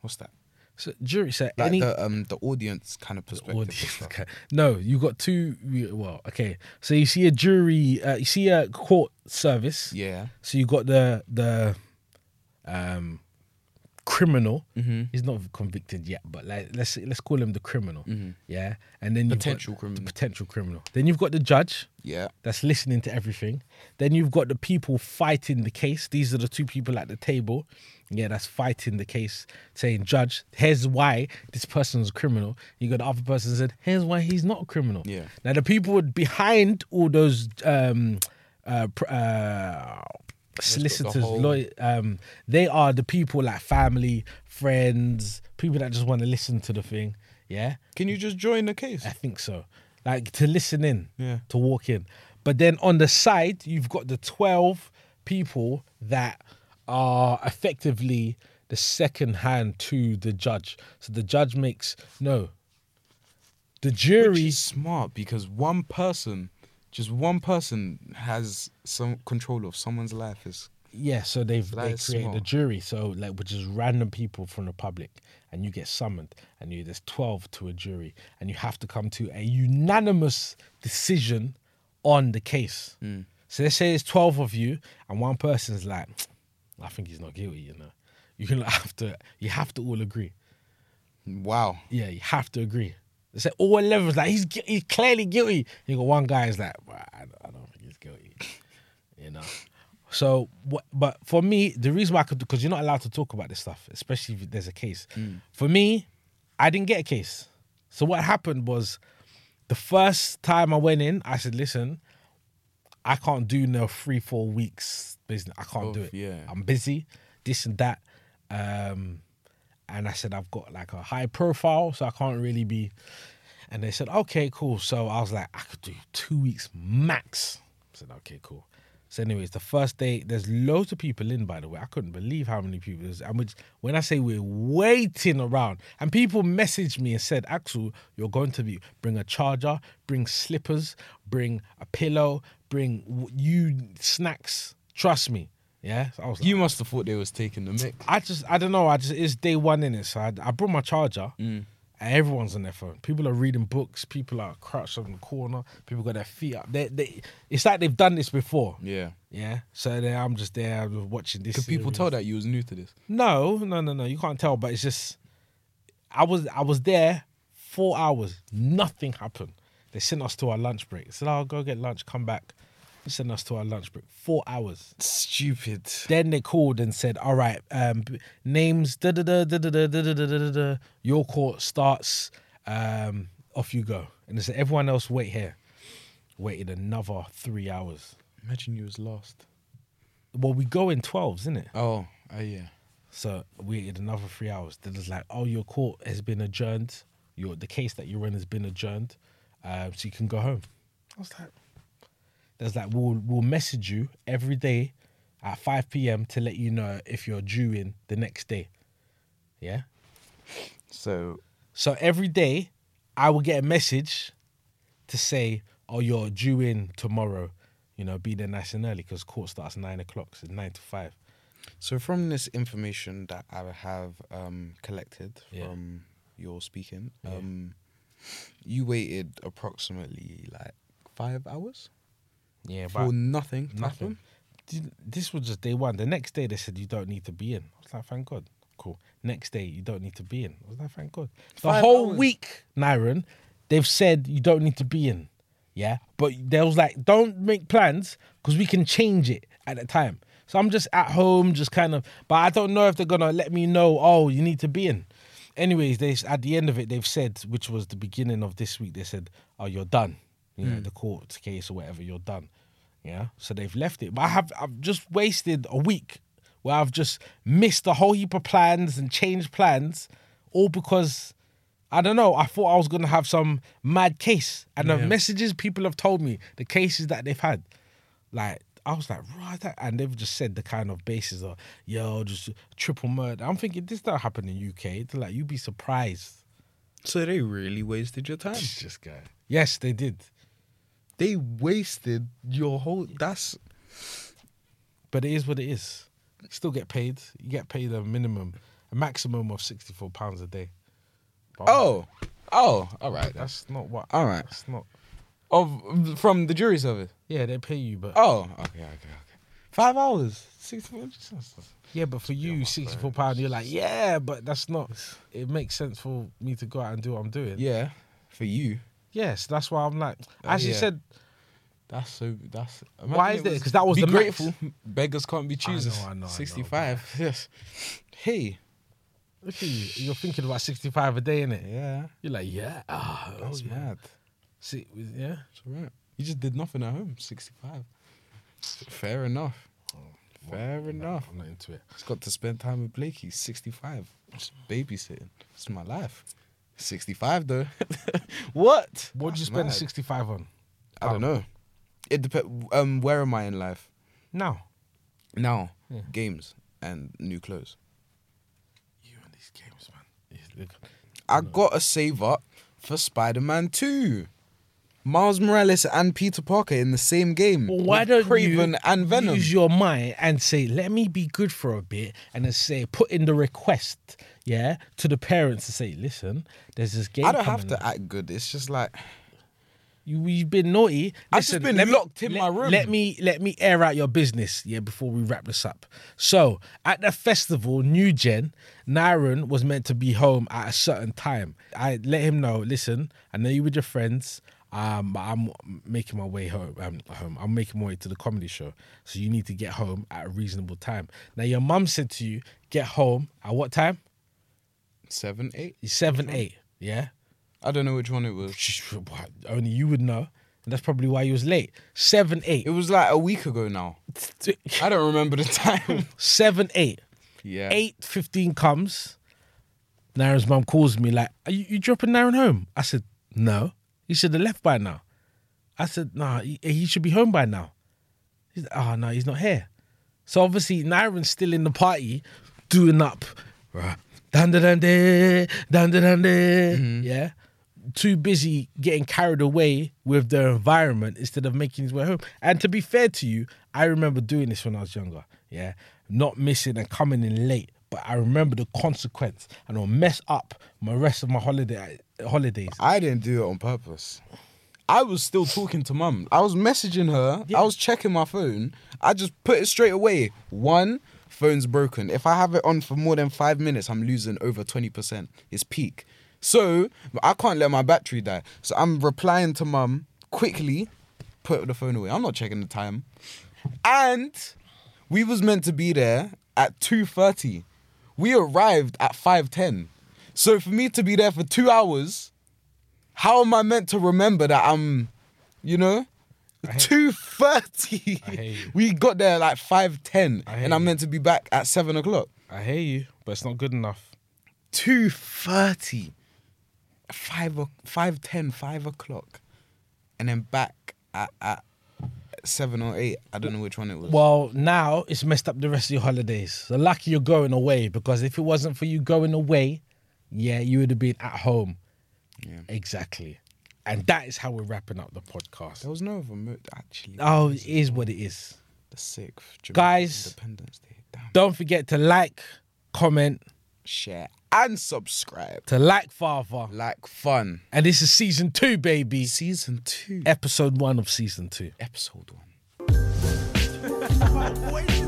Speaker 2: What's that?
Speaker 1: So jury said
Speaker 2: Like
Speaker 1: any
Speaker 2: the um the audience kind of perspective. and
Speaker 1: audience.
Speaker 2: stuff.
Speaker 1: Okay. No, you got two. Well, okay. So you see a jury, uh, you see a court service.
Speaker 2: Yeah.
Speaker 1: So you got the the um criminal.
Speaker 2: Mhm.
Speaker 1: He's not convicted yet, but like let's let's call him the criminal. Yeah, and then you've got
Speaker 2: Mm-hmm. Potential
Speaker 1: the
Speaker 2: criminal.
Speaker 1: potential criminal. Then you've got the judge
Speaker 2: Yeah.
Speaker 1: that's listening to everything. Then you've got the people fighting the case. These are the two people at the table. Yeah, that's fighting the case, saying, Judge, here's why this person's a criminal. You got the other person said, here's why he's not a criminal.
Speaker 2: Yeah.
Speaker 1: Now, the people behind all those um, uh, pr- uh, solicitors,
Speaker 2: whole-
Speaker 1: lawyers, um, they are the people like family, friends, people that just want to listen to the thing. Yeah.
Speaker 2: Can you just join the case?
Speaker 1: I think so. Like to listen in,
Speaker 2: Yeah.
Speaker 1: to walk in. But then on the side, you've got the 12 people that are effectively the second hand to the judge. So the judge makes no. The
Speaker 2: Which
Speaker 1: jury
Speaker 2: is smart because one person, just one person, has some control of someone's life. Is
Speaker 1: Yeah, so they've
Speaker 2: That
Speaker 1: they
Speaker 2: is
Speaker 1: created a
Speaker 2: smart.
Speaker 1: jury, so like which is random people from the public, and you get summoned, and you there's twelve to a jury, and you have to come to a unanimous decision on the case.
Speaker 2: Hmm.
Speaker 1: So let's say there's twelve of you, and one person's like, I think he's not guilty, you know. You can have to you have to all agree.
Speaker 2: wow.
Speaker 1: Yeah, you have to agree. They say all eleven is like he's gu- he's clearly guilty. You got one guy is like, "Bruh, I don't, I don't think he's guilty. You know. So, what, but for me, the reason why I could because you're not allowed to talk about this stuff, especially if there's a case.
Speaker 2: Hmm.
Speaker 1: For me, I didn't get a case. So what happened was, the first time I went in, I said, "Listen, I can't do no three four weeks business. I can't do
Speaker 2: Of-
Speaker 1: it.
Speaker 2: yeah.
Speaker 1: I'm busy, this and that." Um, and I said, I've got like a high profile, so I can't really be. And they said, okay, cool. So I was like, I could do two weeks max. I said, okay, cool. So, anyways, the first day, there's loads of people in, by the way. I couldn't believe how many people. There's, and which, when I say we're waiting around, and people messaged me and said, Axel, you're going to be, bring a charger, bring slippers, bring a pillow, bring w- you snacks. Trust me. Yeah. So I was like,
Speaker 2: You must have thought they was taking the mic.
Speaker 1: I just, I don't know. I just, it's day one in it. So I, I brought my charger.
Speaker 2: Mm.
Speaker 1: And everyone's on their phone. People are reading books. People are crouched on the corner. People got their feet up. They, they, it's like they've done this before.
Speaker 2: Yeah.
Speaker 1: Yeah. So then I'm just there I'm watching this.
Speaker 2: Could people
Speaker 1: series.
Speaker 2: tell that you was new to this?
Speaker 1: No, no, no, no. You can't tell. But it's just, I was, I was there four hours. Nothing happened. They sent us to our lunch break. They said, "I'll go get lunch. Come back." They sent us to our lunch break. Four hours.
Speaker 2: Stupid.
Speaker 1: Then they called and said, "All right, um, b- names da da da da da da da da da da da. da. Your court starts. Um, off you go." And they said, "Everyone else, wait here." Waited another three hours.
Speaker 2: Imagine you was lost.
Speaker 1: Well, we go in twelves, isn't it?
Speaker 2: Oh, oh yeah.
Speaker 1: So waited another three hours. Then it's like, "Oh, your court has been adjourned. Your the case that you're in has been adjourned, um, so you can go home." I was like, "There's like we'll we'll message you every day at five p.m. to let you know if you're due in the next day." Yeah.
Speaker 2: So
Speaker 1: So every day, I will get a message to say, "Oh, you're due in tomorrow. You know, be there nice and early because court starts nine o'clock. So nine to five.
Speaker 2: So from this information that I have um, collected
Speaker 1: Yeah.
Speaker 2: from your speaking, um, you waited approximately like five hours
Speaker 1: Yeah,
Speaker 2: for nothing. to
Speaker 1: Nothing.
Speaker 2: happen?
Speaker 1: Did- This was just day one. The next day they said you don't need to be in. I was like, thank God. Cool. Next day you don't need to be in. I was like, thank God. The
Speaker 2: Five
Speaker 1: whole
Speaker 2: hours.
Speaker 1: week, Nairon, they've said you don't need to be in. Yeah, but they was like, don't make plans because we can change it at the time. So I'm just at home, just kind of. But I don't know if they're gonna let me know. Oh, you need to be in. Anyways, they at the end of it, they've said, which was the beginning of this week, they said, oh, you're done. you know, the court case or whatever, you're done. Yeah. So they've left it. But I have I've just wasted a week where I've just missed a whole heap of plans and changed plans, all because I don't know, I thought I was gonna have some mad case. And the messages people have told me, the cases that they've had, like I was like, right, that, and they've just said the kind of bases of yo, just triple murder. I'm thinking this don't happen in UK. They're like, you'd be surprised.
Speaker 2: So they really wasted your time.
Speaker 1: It's just guy. Yes, they did.
Speaker 2: They wasted your whole. That's
Speaker 1: But it is what it is. Still get paid. You get paid a minimum, a maximum of sixty-four pounds a day. But I'm
Speaker 2: oh, oh, all
Speaker 1: like,
Speaker 2: right, that's
Speaker 1: that's not what.
Speaker 2: all right.
Speaker 1: That's not.
Speaker 2: Of from the jury service.
Speaker 1: Yeah, they pay you, but
Speaker 2: Oh, okay, okay, okay. Five hours, six minutes.
Speaker 1: yeah, but for you, sixty-four pound. You're like, yeah, but that's not. It makes sense for me to go out and do what I'm doing.
Speaker 2: Yeah, for you.
Speaker 1: Yes, that's why I'm like. As you
Speaker 2: yeah.
Speaker 1: said,
Speaker 2: That's so. That's
Speaker 1: Why
Speaker 2: imagine
Speaker 1: is
Speaker 2: it
Speaker 1: there- 'cause that was
Speaker 2: be
Speaker 1: the max.
Speaker 2: grateful. Beggars can't be choosers.
Speaker 1: I know, I know.
Speaker 2: Sixty-five. Yes. Hey.
Speaker 1: look at you. You're thinking about sixty-five a day, innit?
Speaker 2: Yeah.
Speaker 1: You're like, yeah, ah,
Speaker 2: That's
Speaker 1: oh, yeah.
Speaker 2: mad.
Speaker 1: See, yeah.
Speaker 2: It's alright. You just did nothing at home. Sixty-five. Fair enough.
Speaker 1: Oh,
Speaker 2: Fair enough.
Speaker 1: I'm not into it.
Speaker 2: Just got to spend time with Blakey. Sixty-five. Just babysitting. It's my life. Sixty-five though. what?
Speaker 1: What do you
Speaker 2: That's
Speaker 1: spend
Speaker 2: mad.
Speaker 1: sixty-five on?
Speaker 2: I don't know. It depends. Um, where am I in life
Speaker 1: Now.
Speaker 2: now?
Speaker 1: Yeah.
Speaker 2: Games and new clothes.
Speaker 1: You and these games, man. You look-
Speaker 2: I gotta save up for Spider Man 2. Miles Morales and Peter Parker in the same game.
Speaker 1: Well, why
Speaker 2: with
Speaker 1: don't
Speaker 2: Craven
Speaker 1: you
Speaker 2: and Venom?
Speaker 1: use your mind and say, "Let me be good for a bit," and then say, put in the request, yeah, to the parents to say, "Listen, there's this game."
Speaker 2: I don't have
Speaker 1: coming
Speaker 2: to act good. It's just like
Speaker 1: You, you've been naughty.
Speaker 2: I've just
Speaker 1: Listen,
Speaker 2: been
Speaker 1: let me-
Speaker 2: locked in
Speaker 1: let-
Speaker 2: my room.
Speaker 1: Let me let me air out your business, yeah, before we wrap this up. So at the festival, New Gen, Nairon was meant to be home at a certain time. I let him know. Listen, I know you with your friends. Um, but I'm making my way home. Um, home. I'm making my way to the comedy show. So you need to get home at a reasonable time. Now your mum said to you, get home at what time?
Speaker 2: seven, eight.
Speaker 1: Seven, eight. Yeah.
Speaker 2: I don't know which one it was.
Speaker 1: Only you would know. And that's probably why you was late. Seven eight.
Speaker 2: It was like a week ago now. I don't remember the time.
Speaker 1: Seven eight.
Speaker 2: yeah.
Speaker 1: Eight fifteen comes. Naren's mum calls me like, "Are you, you dropping Naren home?" I said, "No." He should have left by now. I said, "Nah, he, he should be home by now." He's like, "Oh no, he's not here." So obviously Naren's still in the party, doing up. Right. Dun dun dun dun, dun dun dun dun. Yeah. Too busy getting carried away with their environment instead of making his way home. And to be fair to you, I remember doing this when I was younger. Yeah. Not missing and coming in late. But I remember the consequence and I'll mess up my rest of my holiday holidays.
Speaker 2: I didn't do it on purpose. I was still talking to mum. I was messaging her. I was checking my phone. I just put it straight away. One, phone's broken. If I have it on for more than five minutes, I'm losing over 20%. It's peak. So I can't let my battery die. So I'm replying to mum quickly, put the phone away. I'm not checking the time. And we was meant to be there at 2.30. We arrived at 5.10. So for me to be there for two hours, how am I meant to remember that I'm, you know, two thirty?
Speaker 1: I hear you.
Speaker 2: We got there like five ten,
Speaker 1: I hear
Speaker 2: and I'm
Speaker 1: you.
Speaker 2: meant to be back at seven o'clock.
Speaker 1: I hear you, but it's not good enough.
Speaker 2: Two thirty, five o- five ten, five o'clock, and then back at, at seven or eight. I don't know which one it was.
Speaker 1: Well, now it's messed up the rest of your holidays. So lucky you're going away because if it wasn't for you going away, yeah, you would have been at home.
Speaker 2: Yeah.
Speaker 1: Exactly. And that is how we're wrapping up the podcast.
Speaker 2: There was no other mo- actually.
Speaker 1: Oh, it is what it is.
Speaker 2: The sixth, Jamaican
Speaker 1: Guys.
Speaker 2: Independence Day. Damn.
Speaker 1: Don't forget to like, comment,
Speaker 2: Share and subscribe.
Speaker 1: to like Father.
Speaker 2: Like fun.
Speaker 1: And this is season two, baby.
Speaker 2: Season two,
Speaker 1: Episode one of season two.
Speaker 2: episode one.
Speaker 3: Boy,